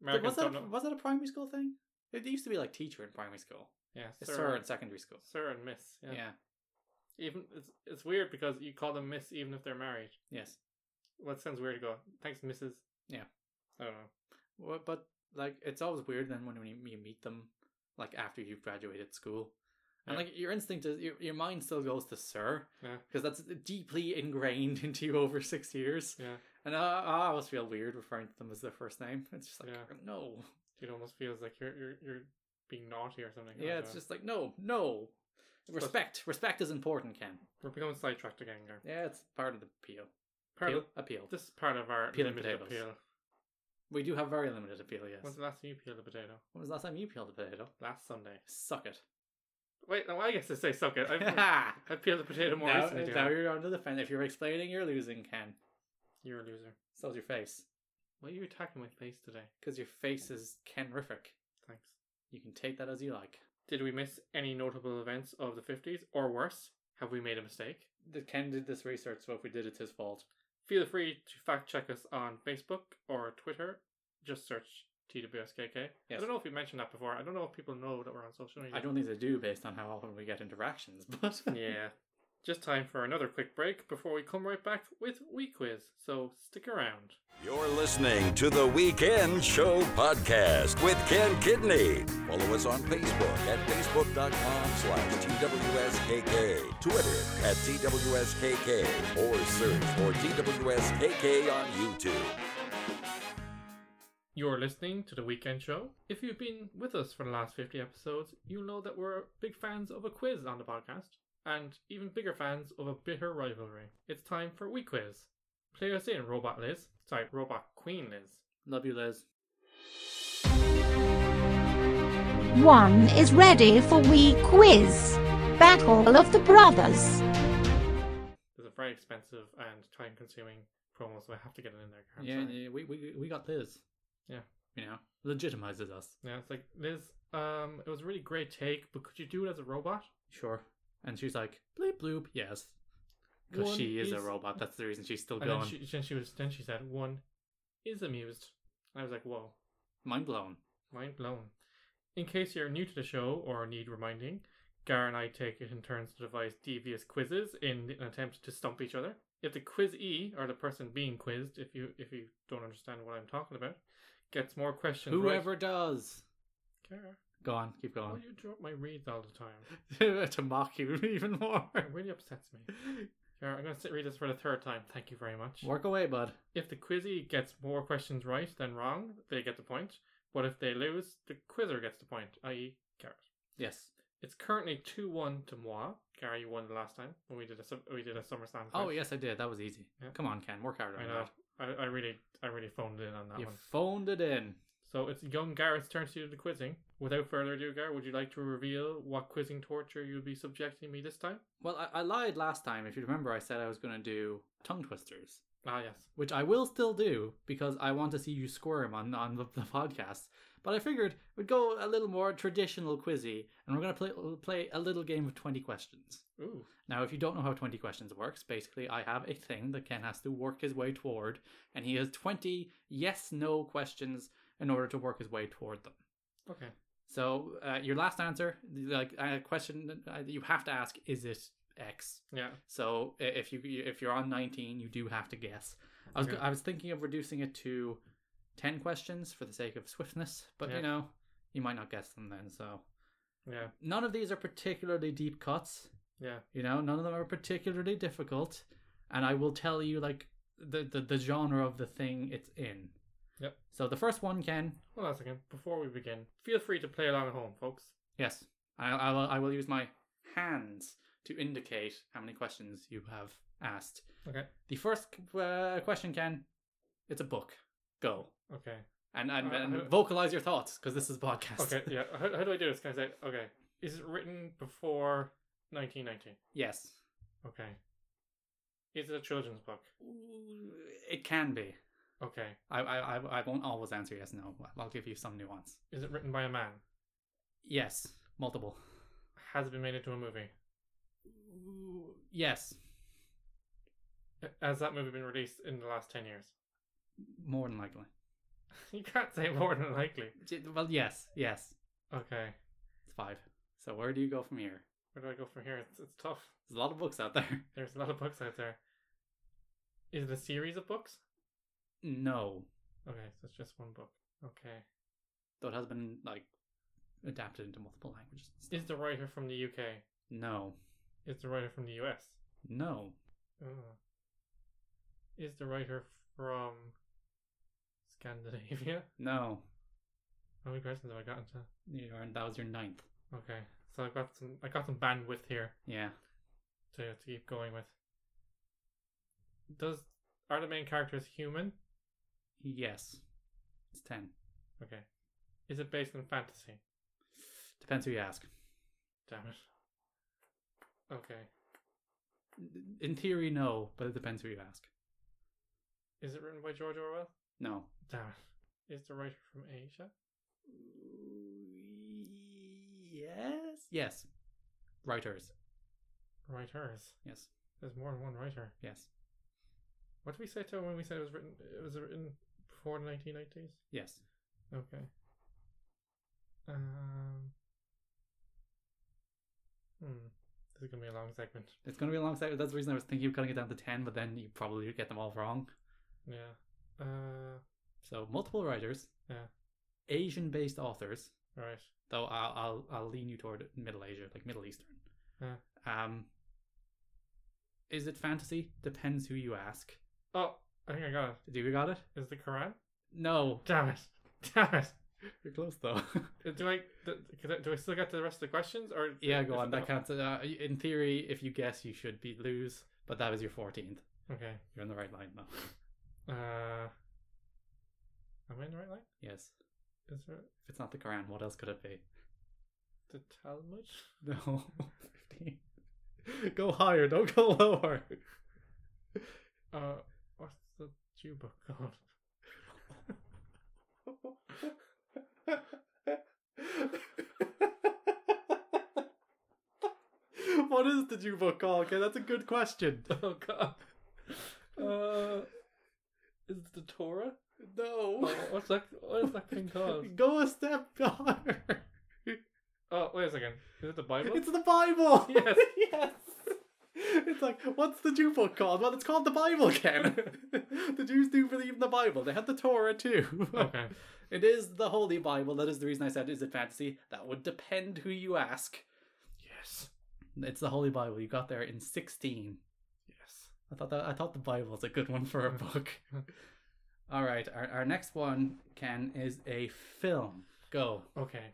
B: was
A: Americans
B: that
A: don't
B: a,
A: know.
B: was that a primary school thing? It used to be like teacher in primary school,
A: Yeah,
B: It's
A: sir.
B: sir
A: Sir
B: in
A: and,
B: secondary school.
A: miss. Yeah.
B: Yeah.
A: Even it's, it's weird because you call them miss even if they're married.
B: Yes.
A: Well, it sounds weird to go, thanks, Mrs.
B: Yeah.
A: I don't know.
B: Well, but like, it's always weird then when you, you meet them, like after you've graduated school, and
A: Yeah.
B: like your instinct is your, your mind still goes to sir
A: Yeah.
B: because that's deeply ingrained *laughs* into you over six years,
A: Yeah.
B: and I, I always feel weird referring to them as their first name. It's just like
A: Yeah.
B: no,
A: It almost feels like you're you're, you're being naughty or something. I
B: yeah,
A: don't
B: it's
A: know.
B: just like no, no. Respect, respect is important, Ken.
A: we're becoming sidetracked again there.
B: Yeah, it's part of the appeal.
A: Part
B: appeal?
A: Of,
B: Appeal.
A: this is part of our
B: Peeling
A: limited
B: potatoes.
A: appeal.
B: We do have very limited appeal, yes.
A: When's the last time you peeled a potato?
B: When was the last time you peeled a potato?
A: Last Sunday.
B: Suck it.
A: Wait, no, I guess I say suck it.
B: *laughs*
A: I've,
B: now,
A: I peeled a potato more
B: now
A: recently. Dan.
B: you're under the fence. If you're explaining, you're losing, Ken.
A: You're a loser.
B: So's your face.
A: What are you attacking my face today?
B: Because your face is Kenrific.
A: Thanks.
B: You can take that as you like.
A: Did we miss any notable events of the 50s or worse? Have we made a mistake?
B: The Ken did this research, so if we did, it's his fault.
A: Feel free to fact check us on Facebook or Twitter. Just search TWSKK. I
B: Yes.
A: don't know if we mentioned that before. I don't know if people know that we're on social media.
B: I don't think they do based on how often we get interactions, *laughs* but
A: yeah. Just time for another quick break before we come right back with Week Quiz. So stick around.
C: You're listening to the Weekend Show podcast with Ken Kidney. Follow us on Facebook at facebook.com slash TWSKK, Twitter at TWSKK, or search for TWSKK on YouTube.
A: You're listening to The Weekend Show. If you've been with us for the last 50 episodes, you'll know that we're big fans of a quiz on the podcast, and even bigger fans of a bitter rivalry. It's time for Week Quiz. Play us in, Robot Liz. Sorry, Robot Queen Liz.
B: love you, Liz.
D: One is ready for Wii Quiz. Battle of the Brothers.
A: There's a very expensive and time consuming promo, so I have to get it in there. Karen,
B: yeah,
A: sorry.
B: yeah, we, we, we got Liz.
A: Yeah.
B: You know, legitimizes us.
A: Yeah, it's like, Liz, um, it was a really great take, but could you do it as a robot?
B: Sure. And she's like, bleep bloop, yes. Because
A: One
B: she is, a
A: is-
B: robot. That's the reason she's still
A: And
B: going.
A: then she, then she was then she said, one is amused. I was like, whoa.
B: Mind blown.
A: Mind blown. In case you're new to the show or need reminding, Gar and I take it in turns to devise devious quizzes in an attempt to stump each other. If the quizee or the person being quizzed, if you if you don't understand what I'm talking about, gets more questions.
B: Whoever
A: right,
B: does.
A: care.
B: Go on, keep
A: Oh,
B: going.
A: you drop my reads all the time. Oh,
B: *laughs* to mock you even
A: *laughs*
B: more.
A: It really upsets me. Ciara, I'm going to sit, read this for the third time. Thank you very much.
B: Work away, bud.
A: If the quizzy gets more questions right than wrong, they get the point. But if they lose, the quizzer gets the point, i.e., Garrett.
B: Yes.
A: It's currently two one to moi. Gary, you won the last time when we did a sub- we did a SummerSlam.
B: Oh
A: quiz.
B: yes, I did. That was easy.
A: Yeah.
B: Come on, Ken. Work harder.
A: I
B: on
A: know. I, I really I really phoned in on
B: that.
A: that
B: You
A: one.
B: phoned it in.
A: So it's young Garrett's turn to do the quizzing. Without further ado, Gar, would you like to reveal what quizzing torture you'll be subjecting me this time?
B: Well, I, I lied last time. If you remember, I said I was going to do tongue twisters,
A: Ah, yes.
B: which I will still do because I want to see you squirm on on the, the podcast. But I figured we'd go a little more traditional quizzy, and we're going to play play a little game of twenty questions.
A: Ooh,
B: Now, if you don't know how 20 questions works, basically I have a thing that Ken has to work his way toward, and he has 20 yes no questions in order to work his way toward them.
A: okay.
B: So, uh, your last answer, like a question uh, you have to ask is it X?
A: Yeah.
B: So, i- if you if you're on 19, you do have to guess. I was
A: Okay.
B: I was thinking of reducing it to 10 questions for the sake of swiftness, but
A: Yeah.
B: you know, you might not guess them then, so
A: Yeah.
B: none of these are particularly deep cuts.
A: Yeah.
B: You know, none of them are particularly difficult, and I will tell you like the the, the genre of the thing it's in.
A: Yep.
B: So the first one, Ken.
A: Hold on a second. Before we begin, feel free to play along at home, folks.
B: Yes, I I will, I will use my hands to indicate how many questions you have asked.
A: Okay.
B: The first uh, question, Ken. It's a book. Go
A: Okay.
B: and and,
A: Uh,
B: and
A: uh,
B: vocalize your thoughts because this is podcast.
A: Okay. Yeah. How, how do I do this? Can I say okay? Is it written before 1919?
B: *laughs* yes.
A: Okay. Is it a children's book?
B: It can be.
A: Okay.
B: I, I I- I won't always answer yes no. I'll give you some nuance.
A: Is it written by a man?
B: Yes, multiple.
A: Has it been made into a movie?
B: Yes,
A: Has that movie been released in the last 10 years? *laughs*
B: more than likely.
A: You can't say more than likely.
B: J- Well, yes, yes.
A: Okay.
B: It's five. So where do you go from here?
A: Where do I go from here? It's, it's tough.
B: There's a lot of books out there. *laughs*
A: There's a lot of books out there. Is it a series of books?
B: No,
A: Okay, so it's just one book. Okay.
B: though it has been like adapted into multiple languages. and stuff.
A: Is the writer from the UK?
B: No,
A: Is the writer from the US?
B: no.
A: Oh. Is the writer from Scandinavia? *laughs*
B: No,
A: How many questions have I gotten to?
B: you are, that was your ninth.
A: Okay, so I got some. I got some bandwidth here
B: Yeah.
A: to to keep going with. Does are the main characters human?
B: Yes. It's ten.
A: Okay. Is it based on fantasy?
B: Depends who you ask.
A: Damn it. Okay.
B: In theory, no, but it depends who you ask.
A: Is it written by George Orwell?
B: No.
A: Damn it. Is the writer from Asia?
B: Yes. Yes. Writers.
A: Writers.
B: Yes.
A: There's more than one writer.
B: Yes.
A: What did we say to him when we said it was written? It was written before the 1990s.
B: Yes.
A: Okay. Um. Hmm. This is gonna be a long segment.
B: It's going to be a long segment. That's the reason I was thinking of cutting it down to 10, but then you probably would get them all wrong.
A: Yeah. Uh.
B: So, multiple writers.
A: Yeah.
B: Asian based authors,
A: Right.
B: though I'll, I'll, I'll lean you toward Middle Asia, like Middle Eastern.
A: Yeah.
B: Um, is it fantasy? Depends who you ask.
A: Oh, I think I got it.
B: Do we got it?
A: Is the Quran?
B: No.
A: Damn it! *laughs* Damn it! Uh,
B: You're close, though.
A: Do I do, do I still get the rest of the questions or?
B: *laughs* yeah, go
A: is
B: on.
A: it
B: That
A: the-
B: counts. Uh, in theory, if you guess, you should be lose, but that was your 14th.
A: Okay.
B: You're on the right line, though. *laughs*
A: Uh. Am I in the right line?
B: yes.
A: Is there
B: If it's not the Quran, what else could it be?
A: the Talmud?
B: No, *laughs* 15. go higher, don't go lower.
A: Uh, what's the Jew book called? *laughs*
B: what is the Jew book called? Okay, that's a good question.
A: Oh God. Uh, is it the Torah?
B: No.
A: Oh, what's that? What is that thing
B: *laughs*
A: called?
B: Go a step higher.
A: Oh, wait a second. Is it the Bible?
B: *laughs* It's the Bible.
A: Yes.
B: yes. It's like, what's the Jew book called? Well, it's called the Bible, *laughs* Ken. the Jews do believe in the Bible. They had the Torah too.
A: *laughs* Okay.
B: *laughs* It is the Holy Bible. That is the reason I said, is it fantasy? That would depend who you ask.
A: Yes.
B: It's the Holy Bible. You got there in 16.
A: Yes.
B: I thought that I thought the Bible was a good one for a book. All right, our, our next one, Ken, is a film. Go.
A: Okay.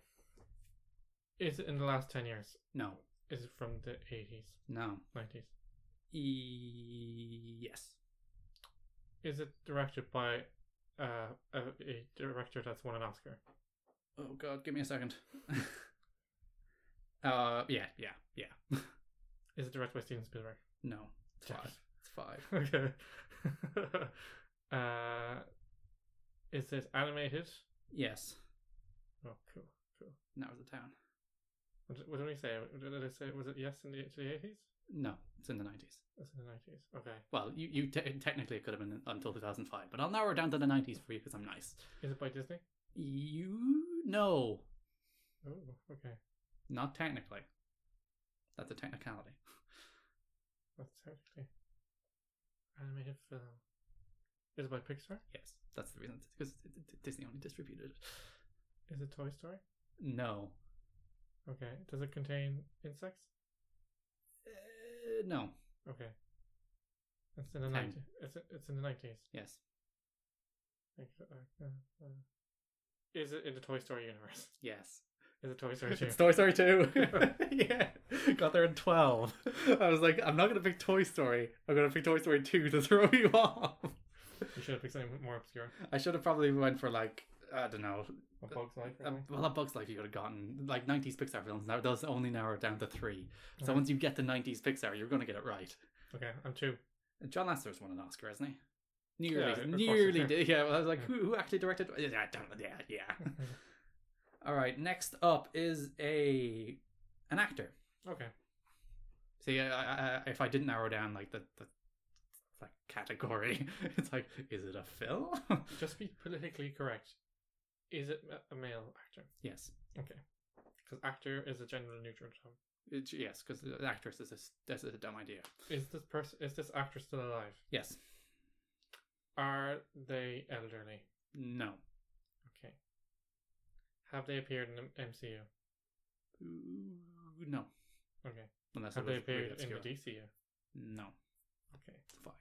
A: Is it in the last 10 years?
B: No,
A: Is it from the 80s,
B: no.
A: 90s?
B: E- yes.
A: Is it directed by uh, a, a director that's won an Oscar?
B: Oh God, give me a second. *laughs* uh, yeah, yeah, yeah.
A: Is it directed by Steven Spielberg? *laughs*
B: No, it's
A: Yes.
B: five. It's five.
A: Okay. *laughs* uh, is it animated?
B: Yes.
A: Oh, cool, cool.
B: Now was a town.
A: What did, what did we say? Did I say was it yes in the, to the 80s?
B: No, it's in the nineties.
A: It's in the 90s. Okay.
B: Well, you, you te- technically it could have been until two thousand five, but I'll narrow it down to the nineties for you because I'm nice.
A: Is it by Disney?
B: You no,
A: Oh, okay.
B: not technically. That's a technicality.
A: That's technically animated film. Is it by Pixar?
B: Yes, that's the reason. Because Disney only distributed it.
A: Is it Toy Story?
B: No,
A: Okay. Does it contain insects?
B: uh, no.
A: Okay. It's in the
B: Ten.
A: 90s. It's, it's in the 90s.
B: Yes,
A: Like, uh, uh, uh. Is it in the Toy Story universe? *laughs*
B: yes.
A: Is it Toy
B: *laughs*
A: Story 2?
B: It's Toy Story 2. yeah. Got there in 12. I was like, I'm not going to pick Toy Story. I'm going to pick Toy Story 2 to *laughs* throw you off.
A: You should have picked something more obscure.
B: I should have probably went for like, I don't know.
A: A Bug's Life. or
B: Um,
A: something.
B: well, that Bugs Life you would have gotten. Like 90s Pixar films, that does only narrow it down to three. So
A: Right.
B: once you get to 90s Pixar, you're going to get it right.
A: Okay, I'm
B: *laughs*
A: two.
B: John Lasseter's won an Oscar, hasn't he? Nearly,
A: of course he
B: nearly
A: did.
B: did. Yeah, well, I was like,
A: Yeah.
B: who, who actually directed? Yeah, I don't- yeah, yeah. *laughs* All right, next up is a an actor.
A: okay.
B: See, I, I, if I didn't narrow down like the, the like category, *laughs* it's like, is it a film? *laughs*
A: Just be politically correct. Is it a- a male actor?
B: yes,
A: Okay. Because actor is a gender neutral term.
B: It's- yes, because the actress is a, s- that's a dumb idea.
A: Is this person? Is this actor still alive?
B: Yes,
A: Are they elderly?
B: no,
A: Okay. Have they appeared in the MCU?
B: Ooh, no,
A: Okay.
B: unless
A: Have
B: it
A: they
B: was really
A: appeared in the
B: obscure.
A: DCU?
B: No,
A: Okay.
B: it's five.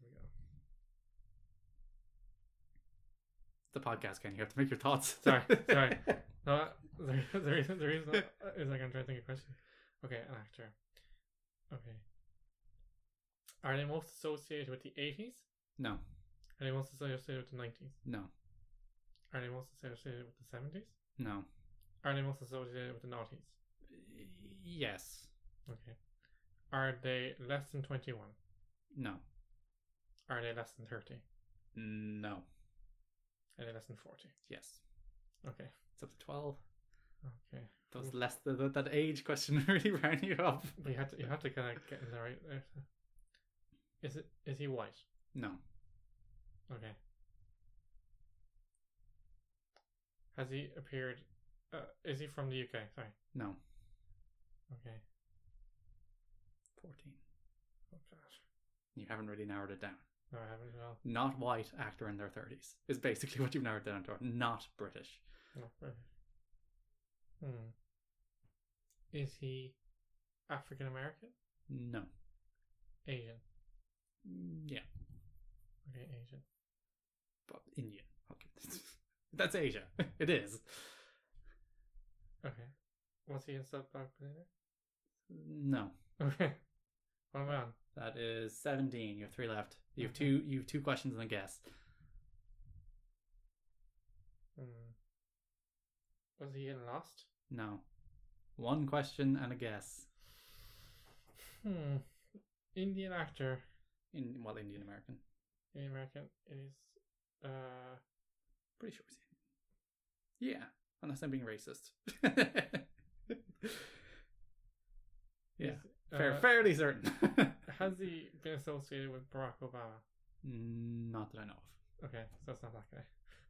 A: Here we go.
B: The podcast can you *laughs* have to make your thoughts.
A: Sorry, sorry. No, *laughs* the, the reason the reason is like I'm trying to think of a question. Okay, an actor. Okay. Are they most associated with the eighties?
B: *laughs* no,
A: Are they most associated with the nineties?
B: no,
A: Are they most associated with the seventies?
B: no.
A: Are they most associated with the noughties?
B: Yes,
A: Okay. Are they less than twenty one?
B: no,
A: Are they less than thirty?
B: no.
A: Are they less than forty?
B: Yes,
A: Okay.
B: it's up to twelve.
A: Okay.
B: That was less the, the, that age question *laughs* really ran you up.
A: But you have to you have to kinda get in the right there. Is it is he white?
B: No,
A: Okay. Has he appeared? Uh, is he from the UK? Sorry.
B: no,
A: Okay.
B: fourteen.
A: Oh gosh.
B: You haven't really narrowed it down.
A: No, I haven't at all.
B: Not white actor in their thirties is basically *laughs* what you've narrowed down to. Not British.
A: No. really. Hmm. Is he African American?
B: No.
A: Asian.
B: Mm, Yeah,
A: Okay, Asian.
B: but Indian. Okay, *laughs* that's Asia. *laughs* It is.
A: Okay. Was he in Sub Dog Billionaire?
B: No,
A: *laughs* Okay. What am I on?
B: that is seventeen. You have three left. You have
A: Okay.
B: two. You have two questions and a guess.
A: Hmm. Was he in Lost?
B: No, one question and a guess.
A: Hmm. Indian actor.
B: In well, Indian American.
A: Indian American is. Uh.
B: Pretty sure he's Indian. Yeah, unless I'm being racist. *laughs* yeah,
A: is-
B: fair,
A: uh,
B: fairly certain. *laughs*
A: Has he been associated with Barack Obama?
B: Not that I know of.
A: Okay, so it's not that guy.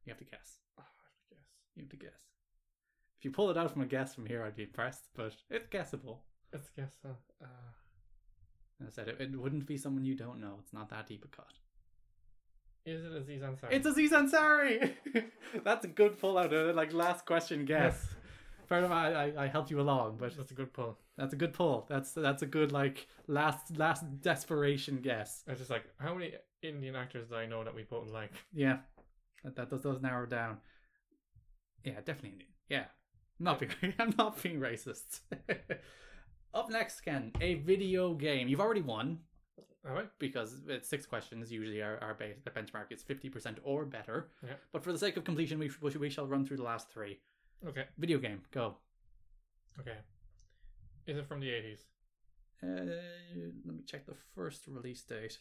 B: You have to guess.
A: Oh, I have to guess.
B: You have to guess. If you pull it out from a guess from here, I'd be impressed, but it's guessable.
A: Let's guess. Uh, uh,
B: And I said it, it wouldn't be someone you don't know. It's not that deep a cut.
A: Is it Aziz Ansari?
B: It's Aziz Ansari. *laughs* That's a good pull out of like last question guess. Fair enough, I, I, I helped you along, but
A: That's a good pull.
B: that's a good pull. That's that's a good like last last desperation guess.
A: I was just like, how many Indian actors do I know that we both like?
B: Yeah, that that does, does narrow it down. Yeah, definitely Indian. Yeah, I'm not being *laughs* I'm not being racist. *laughs* Up next, Ken, a video game. You've already won
A: All right.
B: because it's six questions. Usually, our, our base, the benchmark is fifty percent or better.
A: Yeah.
B: But for the sake of completion, we, sh- we sh- we shall run through the last three.
A: Okay.
B: Video game, go.
A: Okay. Is it from the 80s?
B: Uh, let me check the first release date.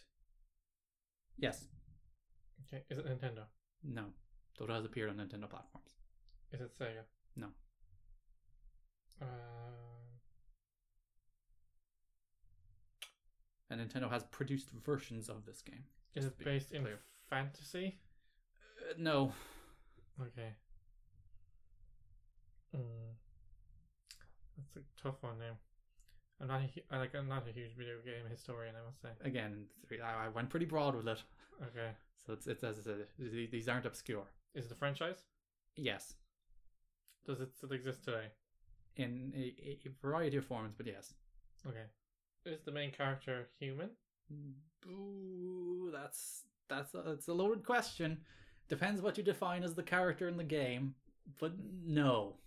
B: Yes.
A: Okay. Is it Nintendo?
B: No. Dota has appeared on Nintendo platforms.
A: Is it Sega?
B: No.
A: Uh,
B: And Nintendo has produced versions of this game.
A: is
B: Just
A: it
B: be
A: based in
B: clear.
A: fantasy?
B: Uh, no.
A: Okay. Mm. That's a tough one now. I'm not a hu- I like I'm not a huge video game historian, I must say.
B: Again, three, I, I went pretty broad with it.
A: Okay.
B: So it's, it's as I said, th- these aren't obscure.
A: Is it a franchise?
B: Yes.
A: Does it still exist today?
B: In a, a- a variety of forms, but yes.
A: Okay. Is the main character human?
B: Ooh, that's that's a, that's a loaded question. Depends what you define as the character in the game, but no,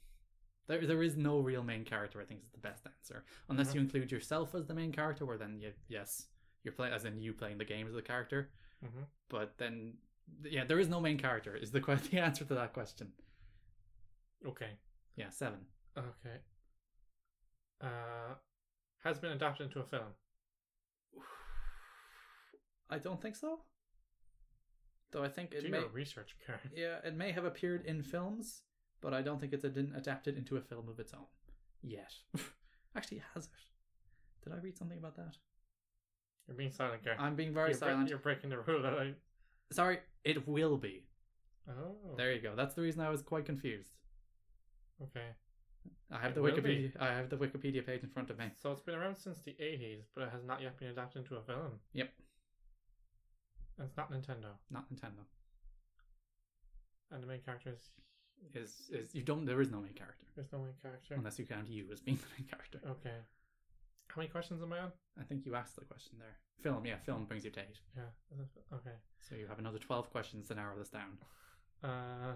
B: there there is no real main character. I think is the best answer, unless you include yourself as the main character, where then you, yes, you're play as in you playing the game as the character.
A: Mhm.
B: But then, yeah, there is no main character. Is the que- *laughs* the answer to that question?
A: Okay.
B: Yeah, seven.
A: Okay. Uh, has been adapted into a film.
B: *sighs* I don't think so. Though I think it
A: Do
B: may.
A: your research, Karen.
B: Yeah, it may have appeared in films, but I don't think it's ad- adapted into a film of its own yet. *laughs* Actually, has it? Did I read something about that?
A: You're being silent, Karen.
B: I'm being very
A: you're bre-
B: silent.
A: you're breaking the rule that I.
B: Sorry, it will be.
A: Oh.
B: There you go. That's the reason I was quite confused.
A: Okay.
B: I have
A: It
B: the
A: will be.
B: Wikipedia. I have the Wikipedia page in front of me.
A: So it's been around since the 80s, but it has not yet been adapted into a film.
B: Yep.
A: And it's not Nintendo.
B: Not Nintendo.
A: And the main character is.
B: Is is you don't? There is no main character
A: There's no main character.
B: unless you count you as being the main character.
A: Okay. How many questions am I on?
B: I think you asked the question there. Film, yeah, film brings you to eight.
A: Yeah. is it- Okay.
B: So you have another twelve questions to narrow this down.
A: Uh,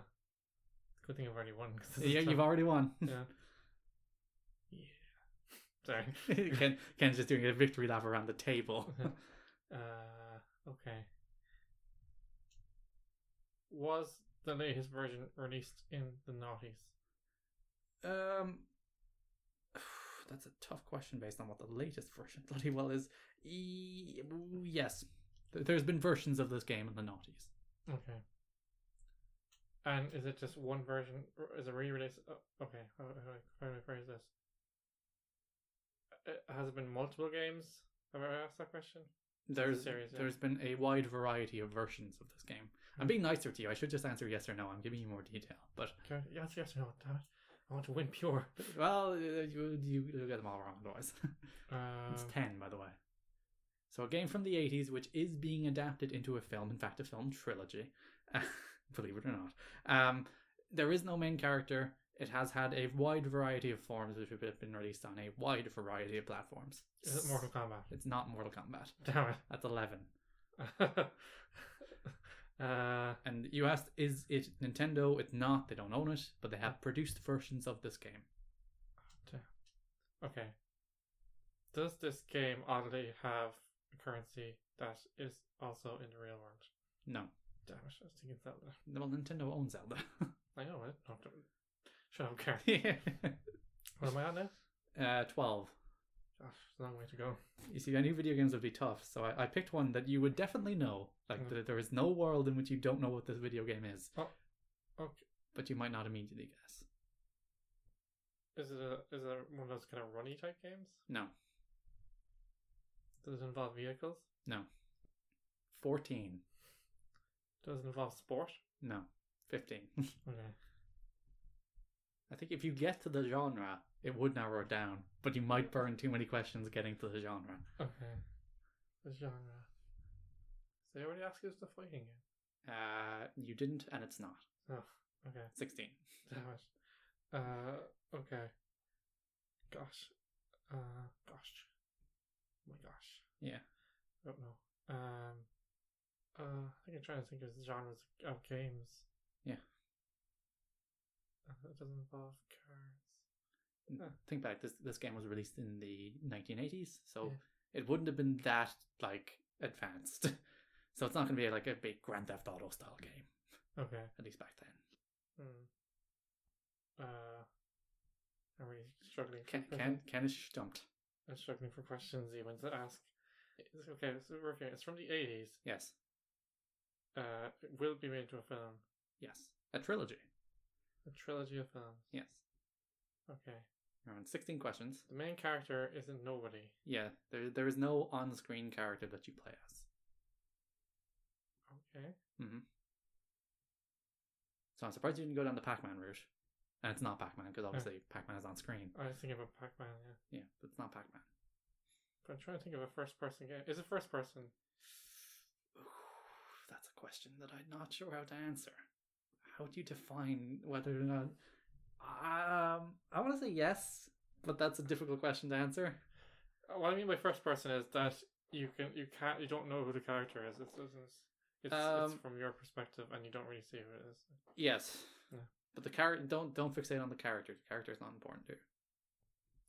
A: good thing I've already won. 'cause *laughs* this is
B: yeah,
A: tough.
B: you've already won.
A: Yeah. yeah. *laughs* Sorry.
B: *laughs* Ken, Ken's just doing a victory lap around the
A: *laughs*
B: table.
A: Uh-huh. Uh, okay. Was the latest version released in the noughties?
B: um, *sighs* that's a tough question based on what the latest version *laughs* bloody well is. E- yes, Th- there's been versions of this game in the noughties.
A: Okay. And is it just one version? or Is it re-release? Oh, okay. How, how, how do I phrase this? Uh, Has it been multiple games? Have I ever asked that question?
B: There's
A: series, yeah. Hmm.
B: there's been a wide variety of versions of this game. I'm being nicer to you. I should just answer yes or no. I'm giving you more detail, but
A: Can I- Yes, yes, no, damn it. I want to win pure.
B: well, uh, you you you'll get them all wrong otherwise. *laughs*
A: Um,
B: It's 10, by the way. So, a game from the 80s, which is being adapted into a film, in fact, a film trilogy, *laughs* believe it or not. Um, there is no main character. It has had a wide variety of forms, which have been released on a wide variety of platforms.
A: is it Mortal Kombat?
B: It's not Mortal Kombat.
A: Damn
B: That's 11.
A: it. *laughs* uh,
B: And you asked, is it Nintendo? It's not. They don't own it, but they have produced versions of this game.
A: okay. Does this game oddly have a currency that is also in the real world?
B: No.
A: Damn it, I was thinking Zelda.
B: Well, Nintendo owns Zelda. *laughs*
A: I know it. No, don't- shut up, Karen.
B: uh,
A: What am I on now?
B: 12.
A: Oh, it's a long way to go.
B: You see, I knew video games would be tough, so I, I picked one that you would definitely know. Like,
A: Mm.
B: there- there is no world in which you don't know what this video game is,
A: Okay.
B: but you might not immediately guess.
A: Is it a is it one of those kind of runny type games?
B: No,
A: Does it involve vehicles?
B: no. 14.
A: Does it involve sport?
B: No, 15.
A: Okay.
B: *laughs* I think if you get to the genre, it would narrow it down, but you might burn too many questions getting to the genre.
A: Okay. the genre. Did they already ask us the fighting game?
B: Uh, you didn't, and it's not.
A: Oh, okay.
B: 16.
A: Damn it. Uh, okay. Gosh. Uh, gosh. Oh my gosh.
B: Yeah.
A: I don't know. Um, uh, I think I'm trying to think of genres of games.
B: Yeah.
A: Uh, it doesn't involve cars. Huh.
B: Think back, this this game was released in the 1980s, so
A: Yeah.
B: it wouldn't have been that, like, advanced. *laughs* so it's not going to be, like, a big Grand Theft Auto style game,
A: Okay.
B: at least back then.
A: Hmm. Uh, are we struggling? for
B: Ken,
A: questions?
B: Ken, Ken is stumped.
A: I'm struggling for questions even to ask. It's okay, so we're okay. It's from the 80s.
B: Yes,
A: Uh, it will be made into a film,
B: yes. A trilogy.
A: a trilogy of films.
B: Yes.
A: Okay.
B: Around 16 questions.
A: The main character isn't nobody.
B: Yeah, there, there is no on screen character that you play as.
A: Okay.
B: So I'm surprised you didn't go down the Pac Man route. And it's not Pac Man, because obviously Pac Man is on screen.
A: I was thinking about Pac Man, yeah.
B: Yeah, but it's not Pac Man.
A: But I'm trying to think of a first person game. Is it first person?
B: *sighs* That's a question that I'm not sure how to answer. How do you define whether or not. Um, I want to say yes, but that's a difficult question to answer.
A: Uh, What I mean by first person is that you can you can't you don't know who the character is. It's it's, it's, it's,
B: Um,
A: it's from your perspective and you don't really see who it is.
B: Yes.
A: Yeah.
B: But the character don't don't fixate on the character. The character is not important to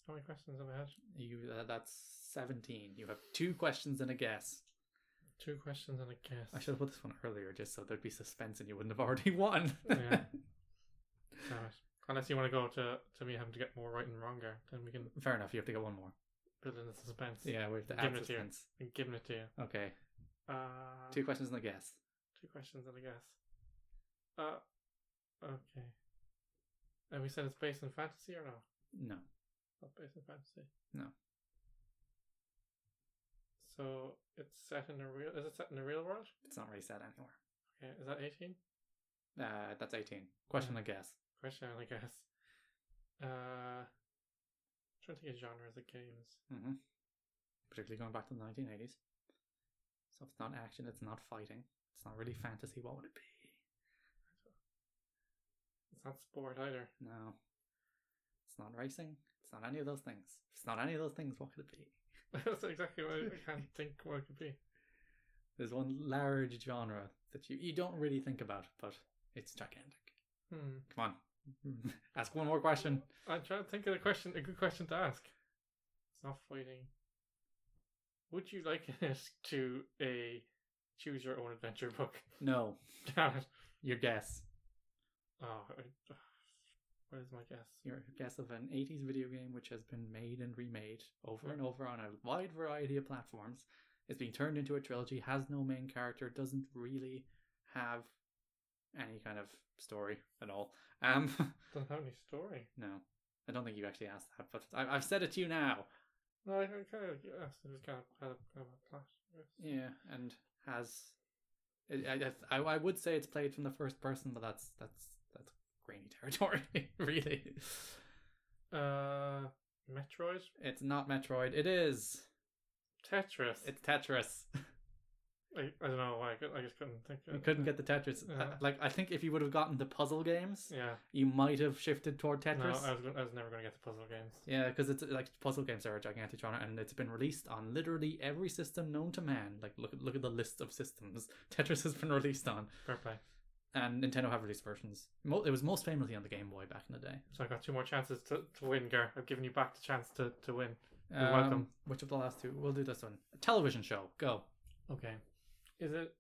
A: How many questions have I had?
B: you. you uh, that's seventeen. You have two questions and a guess.
A: Two questions and a guess.
B: I should have put this one earlier just so there'd be suspense and you wouldn't have *laughs* already won.
A: Yeah. Damn it. Unless you want to go to, to me having to get more right and wrong here, then we can
B: *laughs* Fair enough. You have to get one more.
A: build in the suspense.
B: Yeah, we have to
A: Give
B: add
A: it to you.
B: suspense.
A: I'm giving it to you.
B: Okay,
A: Uh,
B: two questions and a guess.
A: two questions and a guess. Uh, okay. And we said it's based in fantasy or no?
B: No.
A: Not based in fantasy.
B: No.
A: So it's set in the real. Is it set in the real world?
B: It's not really said anywhere.
A: Okay. Is that eighteen?
B: Uh, that's 18. Question and a guess.
A: Question, I guess. Uh, trying to think of genres of games.
B: hmm Particularly going back to the 1980s. So it's not action, it's not fighting, it's not really fantasy. What would it be?
A: It's not sport either. *laughs*
B: No. It's not racing, it's not any of those things. If it's not any of those things, what could it be?
A: That's exactly what I I can't think what it could be.
B: There's one large genre that you, you don't really think about, but it's gigantic.
A: Hmm.
B: Come on. *laughs* Ask one more question.
A: I'm trying to think of a question. A good question to ask. It's not fighting. Would you liken *laughs* this to a choose your own adventure book? *laughs*
B: No.
A: Damn it.
B: Your guess.
A: Oh, I- *sighs* what is my guess?
B: Your guess of an 80s video game which has been made and remade over and over on a wide variety of platforms, is being turned into a trilogy, has no main character, doesn't really have any kind of story at all. Um, *laughs*
A: Doesn't have any story.
B: no, I don't think you actually asked that, but I, I've said it to you now.
A: No, I uh, kind of yes, it was kind of kind of, kind of a plot. Yes.
B: Yeah, and has I, I I would say it's played from the first person, but that's that's that's grainy *laughs* territory, really.
A: Uh, Metroid,
B: It's not Metroid. It is.
A: Tetris.
B: It's Tetris.
A: I, I don't know why I, could, I just couldn't think.
B: You couldn't get the Tetris. Uh,
A: Yeah.
B: Like I think if you would have gotten the puzzle games,
A: Yeah.
B: you might have shifted toward
A: No,
B: Tetris.
A: I was gonna, I was never gonna get the puzzle games.
B: Yeah, because it's like puzzle games are a gigantic genre, and it's been released on literally every system known to man. Like look look at the list of systems *laughs* Tetris has been released on,
A: Fair play.
B: and Nintendo have released versions. Mo- it was most famously on the Game Boy back in the day.
A: So I got two more chances to, to win, Gar. I've given you back the chance to, to win. You're
B: Um,
A: welcome.
B: Which of the last two? We'll do this one. A television show. Go.
A: Okay. Is it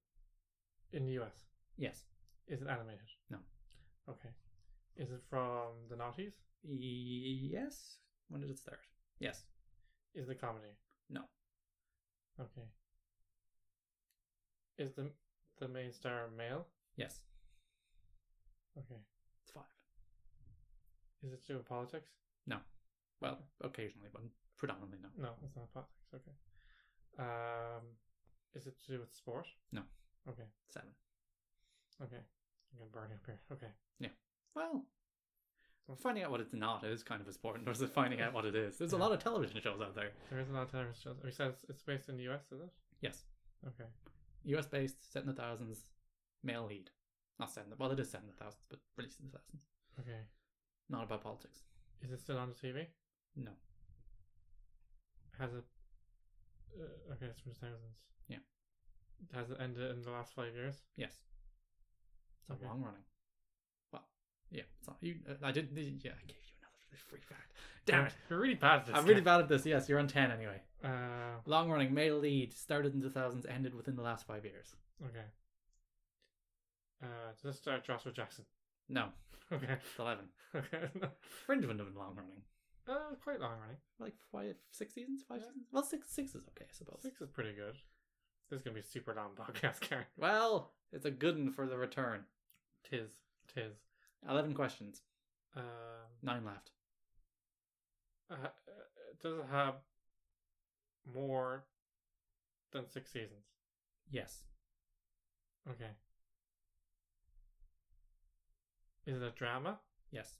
A: in the US?
B: Yes.
A: Is it animated?
B: No.
A: Okay. Is it from the noughties?
B: Yes. When did it start? Yes.
A: Is it a comedy?
B: No.
A: Okay. Is the the main star male?
B: Yes.
A: Okay.
B: It's five.
A: Is it to do with politics?
B: Well, occasionally, but predominantly no.
A: No, it's not politics. Okay. Um, is it to do with sport?
B: No.
A: Okay.
B: Seven.
A: Okay. I'm gonna burn you up here. Okay.
B: Well, finding out what it's not is kind of as important as finding out what it is. There's a lot of television shows out there.
A: There is a lot of television shows. We said it's, it's based in the U.S., is it?
B: Yes.
A: Okay.
B: US based, set in the thousands, male lead. Not set in the, well, it is set in the thousands, but released in the thousands.
A: Okay.
B: Not about politics.
A: Is it still on the TV?
B: No.
A: Has it? Uh, okay, it's from the thousands.
B: Yeah.
A: Has it ended in the last five years?
B: Yes. It's a
A: Okay.
B: long running. Well, yeah. It's not, you, uh, I did. Yeah, I gave you another free fact. Damn it!
A: You're really bad at this. Uh,
B: I'm really bad at this. Yes, you're on ten anyway.
A: bad.
B: Long running male lead started in the thousands, ended within the last five years.
A: Uh, okay. Uh, does this start Joshua Jackson? *laughs*
B: No,
A: Okay.
B: it's eleven.
A: Okay. *laughs*
B: Fringe wouldn't have been long running.
A: uh, quite long running.
B: Like five, six seasons, five
A: Yeah.
B: seasons. Well, six, six is okay, I suppose.
A: Six is pretty good. This is gonna be a super long *laughs* podcast, Karen.
B: Well, it's a good one for the return.
A: Tis, tis.
B: Eleven questions,
A: Um,
B: nine left.
A: uh, uh, does it have more than six seasons?
B: Yes,
A: Okay. Is it a drama?
B: yes.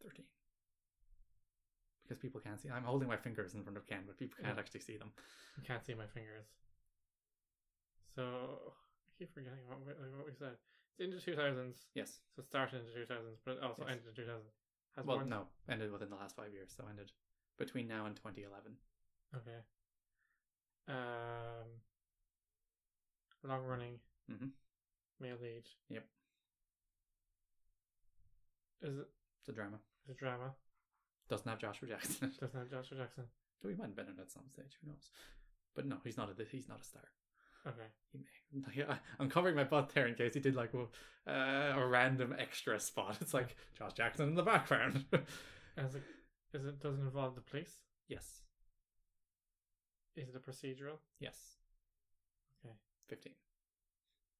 B: Thirteen. Because people can't see. I'm holding my fingers in front of Ken, but people can't
A: Yeah.
B: actually see them.
A: You can't see my fingers. So I keep forgetting what we, like what we said. It's into two thousands.
B: Yes.
A: So it started into two thousands, but it also
B: Yes.
A: ended in two thousands. Has
B: well,
A: more-
B: no, ended within the last five years, so ended between now and 2011.
A: Okay. Um. Long running.
B: Mhm.
A: Male lead.
B: Yep.
A: Is it
B: It's a drama.
A: a drama?
B: Doesn't have Joshua Jackson.
A: Doesn't have Joshua Jackson.
B: *laughs* we might have been at some stage. Who knows? But no, he's not a he's not a star.
A: Okay.
B: He may. *laughs* Yeah, I'm covering my butt there in case he did like well, uh, a random extra spot. It's like Josh Jackson in the background. *laughs*
A: Uh, As it, is it doesn't involve the police?
B: yes.
A: Is it a procedural?
B: Yes.
A: Okay.
B: 15.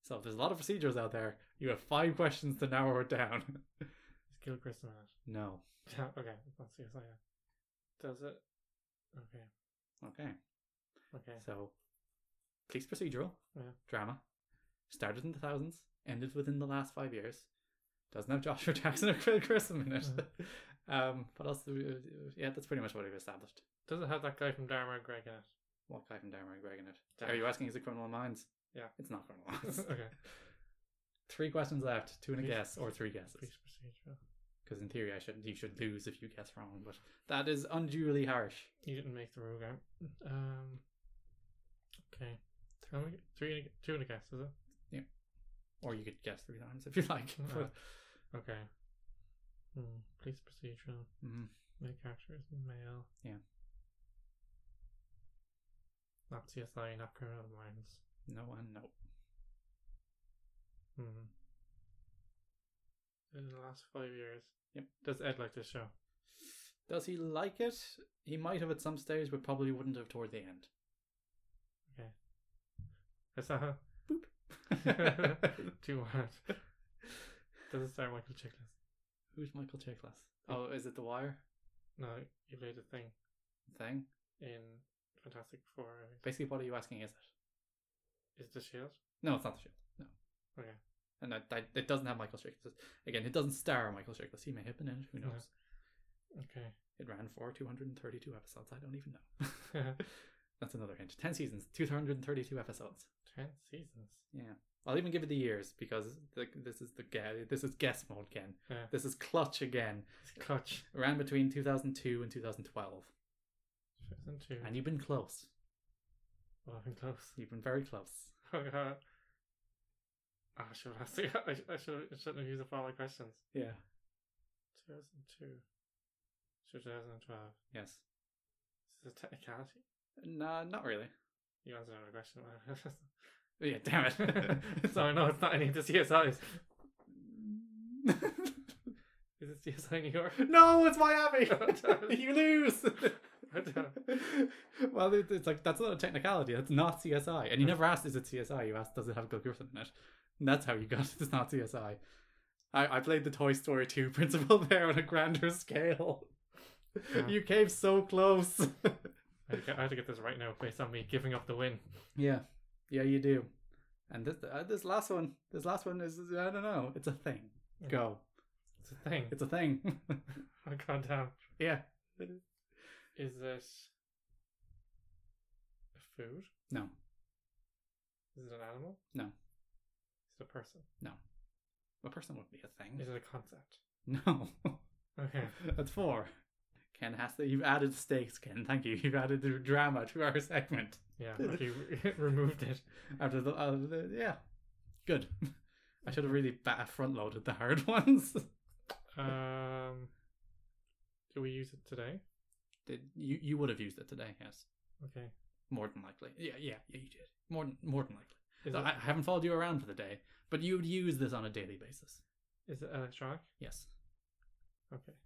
B: So if there's a lot of procedures out there. You have five questions to narrow it down. *laughs*
A: Is Gilchrist in it? *laughs*
B: no.
A: Yeah, okay. Let's see if I am. Does it? Okay.
B: Okay.
A: Okay.
B: So, police procedural,
A: Yeah.
B: drama, started in the thousands, ended within the last five years. Doesn't have Joshua Jackson or Craig Grissom in it.
A: Uh-huh.
B: *laughs* um, what else? Do we, uh, yeah, that's pretty much what we've established.
A: Does it have that guy from Dharma and Greg in it?
B: What guy from Dharma and Greg in it?
A: Dharma.
B: Are you asking is it Criminal Minds?
A: Yeah.
B: It's
A: *laughs*
B: not Criminal Minds.
A: okay.
B: Three questions left, two and a
A: Please-
B: guess, or three guesses.
A: Police procedural.
B: Because in theory, I should you should lose if you guess wrong, but that is unduly harsh.
A: You didn't make the rule game. Um. Okay. How many- Three, and a- two and a guess, is it?
B: Or you could guess three times if you
A: *laughs*
B: like.
A: Uh, Okay. Hmm. Police procedural.
B: hmm
A: Male characters, male.
B: Yeah.
A: Not CSI, not Criminal Minds.
B: No one, no.
A: Hmm. In the last five years.
B: Yep.
A: Does Ed like this show? *laughs*
B: Does he like it? He might have at some stage, but probably wouldn't have toward
A: *laughs*
B: the end. *laughs*
A: Is that how-
B: *laughs*
A: *laughs* too hard? Does it start Michael Chiklis?
B: Who's Michael Chiklis? Oh, is it The Wire
A: No, he played a thing
B: thing?
A: in Fantastic Four. I think.
B: Basically, what are you asking? Is it?
A: Is the Shield?
B: No, it's not The Shield. No.
A: Okay.
B: And that, that, it doesn't have Michael Chiklis. Again, it doesn't star Michael Chiklis. He may have been in it. Who
A: No.
B: knows?
A: Okay.
B: It ran for 232 episodes. I don't even know. *laughs* That's another hint. 10 seasons, 232 episodes.
A: *laughs* Ten seasons.
B: I'll even give it the years because the, this is the gue- this is guess mode again.
A: Yeah.
B: This is clutch again.
A: It's clutch.
B: Ran between 2002 and 2012.
A: Season two.
B: And you've been close.
A: Well, I'm close.
B: You've been very close.
A: *laughs* Oh god. Oh, I should have asked. you- *laughs* I, should- I should. I shouldn't have used up all my questions.
B: Yeah.
A: Two thousand two. Two thousand twelve.
B: Yes.
A: Is this a technicality?
B: No, not really.
A: You answered another question. *laughs*
B: Yeah, damn it. *laughs*
A: Sorry, no, it's not any of the CSIs. Is *laughs* it CSI New York?
B: no, it's Miami. *laughs* you lose. *laughs* well, it, it's like that's not a technicality. That's not CSI. And you never asked, is it CSI? You asked, does it have Gil Griffin in it? And that's how you got *laughs* it. It's not CSI. I, I played the Toy Story 2 *laughs* principle there on a grander scale.
A: Yeah.
B: You came so close. *laughs*
A: I had to get- I have to get this right now based on me giving up the win.
B: Yeah, yeah, you do. And this uh, this last one, this last one is I don't know. It's a thing. Go.
A: It's a thing.
B: It's a thing. *laughs*
A: Oh, God damn.
B: yeah.
A: Is this a food?
B: No.
A: Is it an animal?
B: No.
A: Is it a person?
B: A person would be a thing.
A: Is it a concept?
B: No. *laughs*
A: Okay.
B: That's four. Ken has to. You've added stakes, Ken. Thank you. *laughs* You've added the drama to our *laughs* segment.
A: Yeah, but you *laughs* removed it.
B: After the, uh, the yeah, good. *laughs* I should have really ba- front loaded the hard *laughs* ones.
A: Um, do we use it today?
B: Did you you would have used it today? Yes,
A: Okay.
B: more than likely. Yeah, yeah, yeah. You did more than more than likely.
A: Is
B: So
A: it,
B: I I haven't followed you around for the day, but you would use this on a daily basis.
A: is it electronic?
B: Yes,
A: Okay.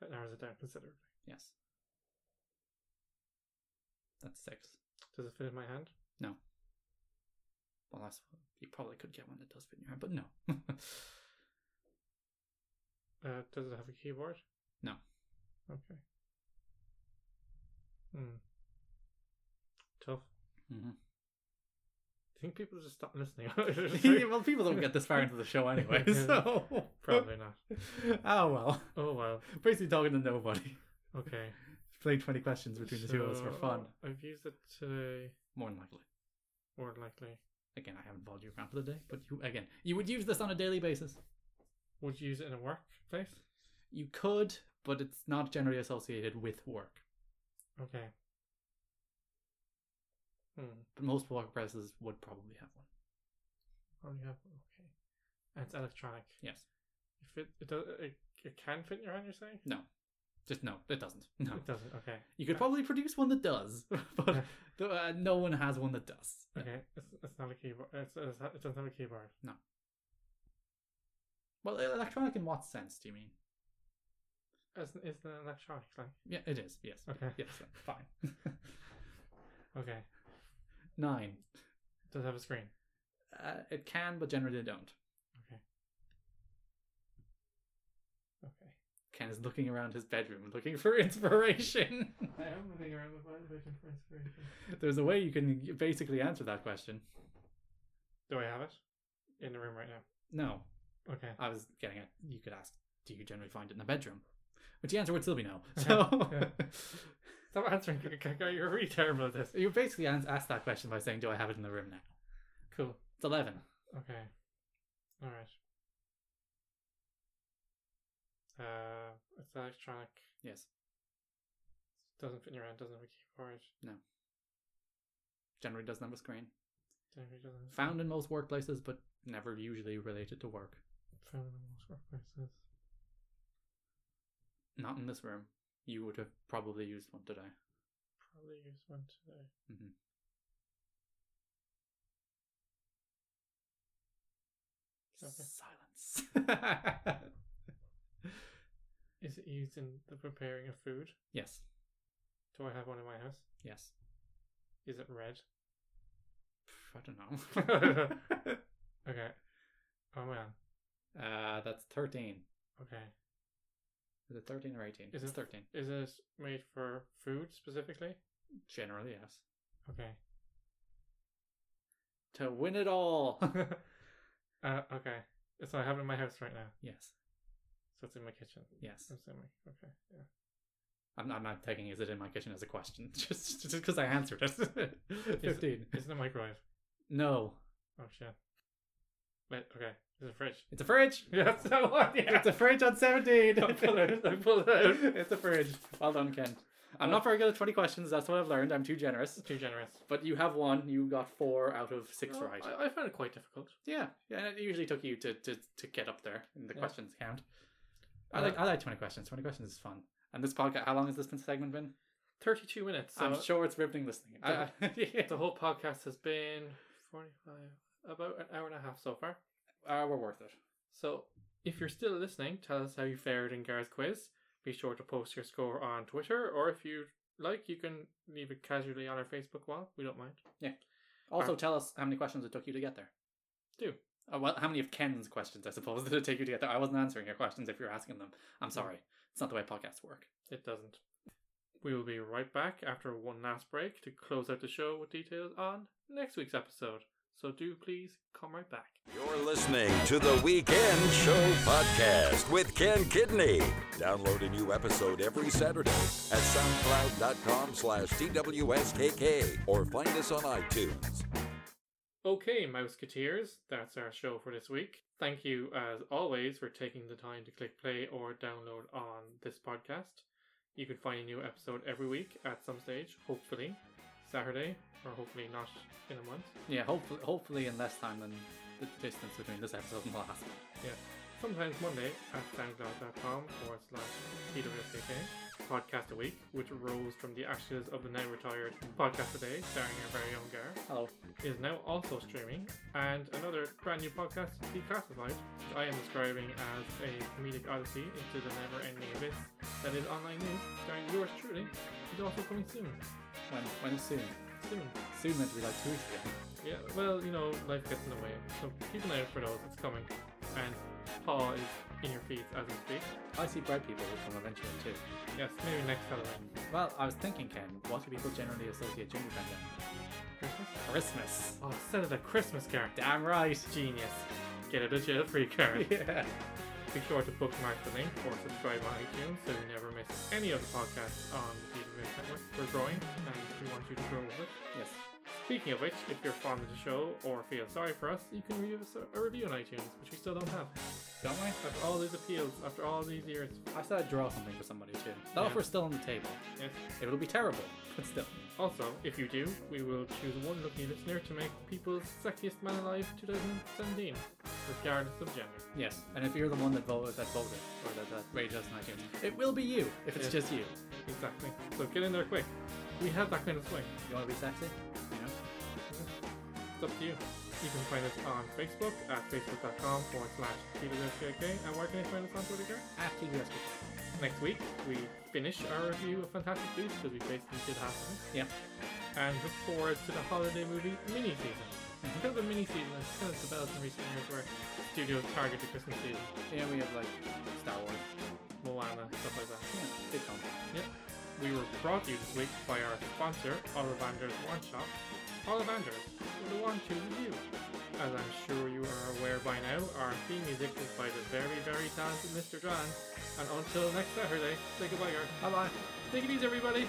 A: That narrows it down considerably.
B: yes. That's six.
A: Does it fit in my hand?
B: Well, that's you probably could get one that does fit in your hand, but no. *laughs*
A: Uh, does it have a keyboard?
B: No.
A: Okay. Hmm. Tough.
B: hmm
A: Do you think people just stop
B: *laughs*
A: listening? *laughs* Sorry.
B: Yeah, well, people don't get this far into the show anyway, *laughs* so
A: Probably not.
B: Oh well,
A: Oh well.
B: basically talking to nobody. *laughs*
A: Okay.
B: Play twenty questions between the two of us for
A: So,
B: fun.
A: I've used it today,
B: More than likely.
A: more than likely.
B: Again, I haven't followed you around for the day, but you again, you would use this on a daily basis.
A: Would you use it in a workplace?
B: You could, but it's not generally associated with work.
A: Okay. Hmm.
B: But most workplaces would probably have one.
A: Only have Oh, okay. And it's electronic.
B: Yes.
A: If it it, does, it it can fit in your hand, you're saying?
B: No. Just no. It doesn't. *laughs* No.
A: It doesn't. Okay.
B: You could probably produce one that does, *laughs* but the- uh, no one has one that does.
A: Okay. It's, it's not a keyboard. It's, it's, not- it doesn't have a keyboard.
B: Well, e-, electronic in what sense do you mean?
A: It's, it's an electronic like.
B: Yeah, it is. Yes.
A: Okay.
B: Yes. Fine. *laughs*
A: Okay.
B: Nine.
A: It does have a screen.
B: Uh, it can, but generally don't.
A: Okay. Okay.
B: Ken is looking around his bedroom looking for *laughs* inspiration. *laughs*
A: I am looking around the violation for inspiration.
B: There's a way you can basically answer that question.
A: Do I have it? In the room right now.
B: No,
A: Okay.
B: I was getting at you could ask, do you generally find it in the bedroom? But the answer would still
A: *laughs*
B: be no. So
A: Stop answering. *laughs* Kaka, You're really terrible at this.
B: *laughs* you basically ans- asked that question by saying, do I have it in the room now?
A: Cool.
B: It's 11.
A: Okay. All right. Uh, it's electronic.
B: Yes.
A: Doesn't fit in your hand. Doesn't have a keyboard.
B: Generally doesn't have a screen.
A: Definitely doesn't.
B: Found in most workplaces, but never usually related to work.
A: Found in most workplaces.
B: Not in this room. You would have probably used one today.
A: Probably used one today.
B: Mhm.
A: Okay.
B: Silence. *laughs*
A: Is it used in the preparing of food?
B: yes.
A: Do I have one in my house?
B: Yes.
A: Is it red?
B: Pff, I don't know. *laughs*
A: Okay. Oh man.
B: uh, that's 13.
A: Okay.
B: Is it 13 or 18?
A: Is
B: it's
A: it-
B: 13.
A: Is it made for food specifically?
B: Generally, yes.
A: Okay.
B: To win it all. *laughs*
A: uh, okay. So I have it in my house right now.
B: yes.
A: So it's in my kitchen.
B: Yes.
A: I'm assuming. Okay. Yeah.
B: I'm, I'm not taking is it in my kitchen as a question, *laughs* just just because I answered it. *laughs* 15.
A: Is it a microwave?
B: No.
A: Oh shit. Wait. Okay. Is it a fridge? *laughs*
B: It's a fridge.
A: Yes. That one. Yeah.
B: It's a fridge on
A: *laughs*
B: 17.
A: I pulled it. I pulled it out.
B: It's a fridge. Well done, Ken. I'm not very good at 20 questions. That's what I've learned. I'm too generous.
A: Too generous.
B: But you have one. You got four out of six
A: No,
B: right.
A: I, I found it quite difficult.
B: Yeah, yeah. And it usually took you to, to, to get up there in the
A: Yeah. Uh,
B: questions count. I like I like 20 questions. 20 questions is fun. And this podcast, how long has this segment been?
A: Thirty-two minutes. So
B: I'm sure it's riveting listening. I, I- *laughs* yeah.
A: the whole podcast has been forty-five, about an hour and a half so far.
B: Uh, we're worth it.
A: So, if you're still listening, tell us how you fared in Gar's quiz. Be sure to post your score on Twitter, or if you like, you can leave it casually on our Facebook wall. We don't mind.
B: Also,
A: Alright.
B: tell us how many questions it took you to get there.
A: Do.
B: Uh, well, how many of Ken's questions, I suppose, *laughs* did it take you to get there? I wasn't answering your questions if you're asking them. I'm sorry. It's not the way podcasts work.
A: It doesn't. We will be right back after one last break to close out the show with details on next week's episode. So do please come right back.
C: You're listening to the Weekend Show podcast with Ken Kidney. Download a new episode every Saturday at soundcloud.com slash TWSKK or find us on iTunes.
A: Okay, Mouseketeers, that's our show for this week. Thank you, as always, for taking the time to click play or download on this podcast. You can find a new episode every week at some stage, hopefully Saturday, or hopefully not in a month.
B: Yeah, hopefully, hopefully in less time than the distance between this episode and the last.
A: Sometimes Monday at soundcloud.com forward slash TWSKK. Podcast a week, which rose from the ashes of the now retired Podcast a Day, starring our very own Gar.
B: Hello.
A: is now also streaming, and another brand new podcast, Declassified, which I am describing as a comedic odyssey into the never-ending abyss that is online news, starring yours truly, is also coming soon.
B: When when soon?
A: Soon.
B: Soon meant to be like two weeks ago.
A: Yeah, well, you know, life gets in the way, so keep an eye out for those, it's coming. And Paul is in your feeds as we speak.
B: I see bright people will come eventually too.
A: Yes, maybe next Halloween.
B: Well, I was thinking, Ken, what do people generally associate gingerbread with?
A: Christmas?
B: Christmas.
A: Oh, set it at Christmas, Gar.
B: Damn right. *laughs*
A: Genius. Get it at jail free card.
B: yeah.
A: Be sure to bookmark the link or subscribe on iTunes so you never miss any of the podcasts on the Deep Red Network. We're growing and we want you to grow with us.
B: Yes.
A: Speaking of which, if you're fond of the show or feel sorry for us, you can leave us a, a review on iTunes, which we still don't have.
B: Don't we?
A: After all these appeals, after all these years,
B: I said I'd draw something for somebody too. Not if
A: Yeah.
B: we're still on the table.
A: yes.
B: It'll be terrible, but still.
A: Also, if you do, we will choose one lucky listener to make people's Sexiest Man Alive 2017, regardless of gender.
B: Yes. And if you're the one that voted, that voted, or that, that rated us on iTunes, it will be you if it's
A: Yeah.
B: just you.
A: Exactly. So get in there quick. We have that kind of swing.
B: You want to be sexy? You know?
A: It's up to you. You can find us on Facebook at facebook.com forward slash TWSJK. And where can you find us on Twitter? Gary?
B: After you ask me.
A: Next week, we finish our review of Fantastic Beasts because we basically did half of it.
B: Yeah.
A: And look forward to the holiday movie mini season. Because the mini season has kind of developed in recent years where studios target the Christmas season,
B: Yeah, we have like Star Wars.
A: Moana, stuff like that.
B: Yeah, big company.
A: Yep. We were brought to you this week by our sponsor, Ollivander's Wand Shop. Ollivander's, where the wand chooses you. As I'm sure you are aware by now, our theme music is by the very, very talented Mr. John. And until next Saturday, say goodbye, Gar.
B: Bye bye.
A: Take it easy, everybody.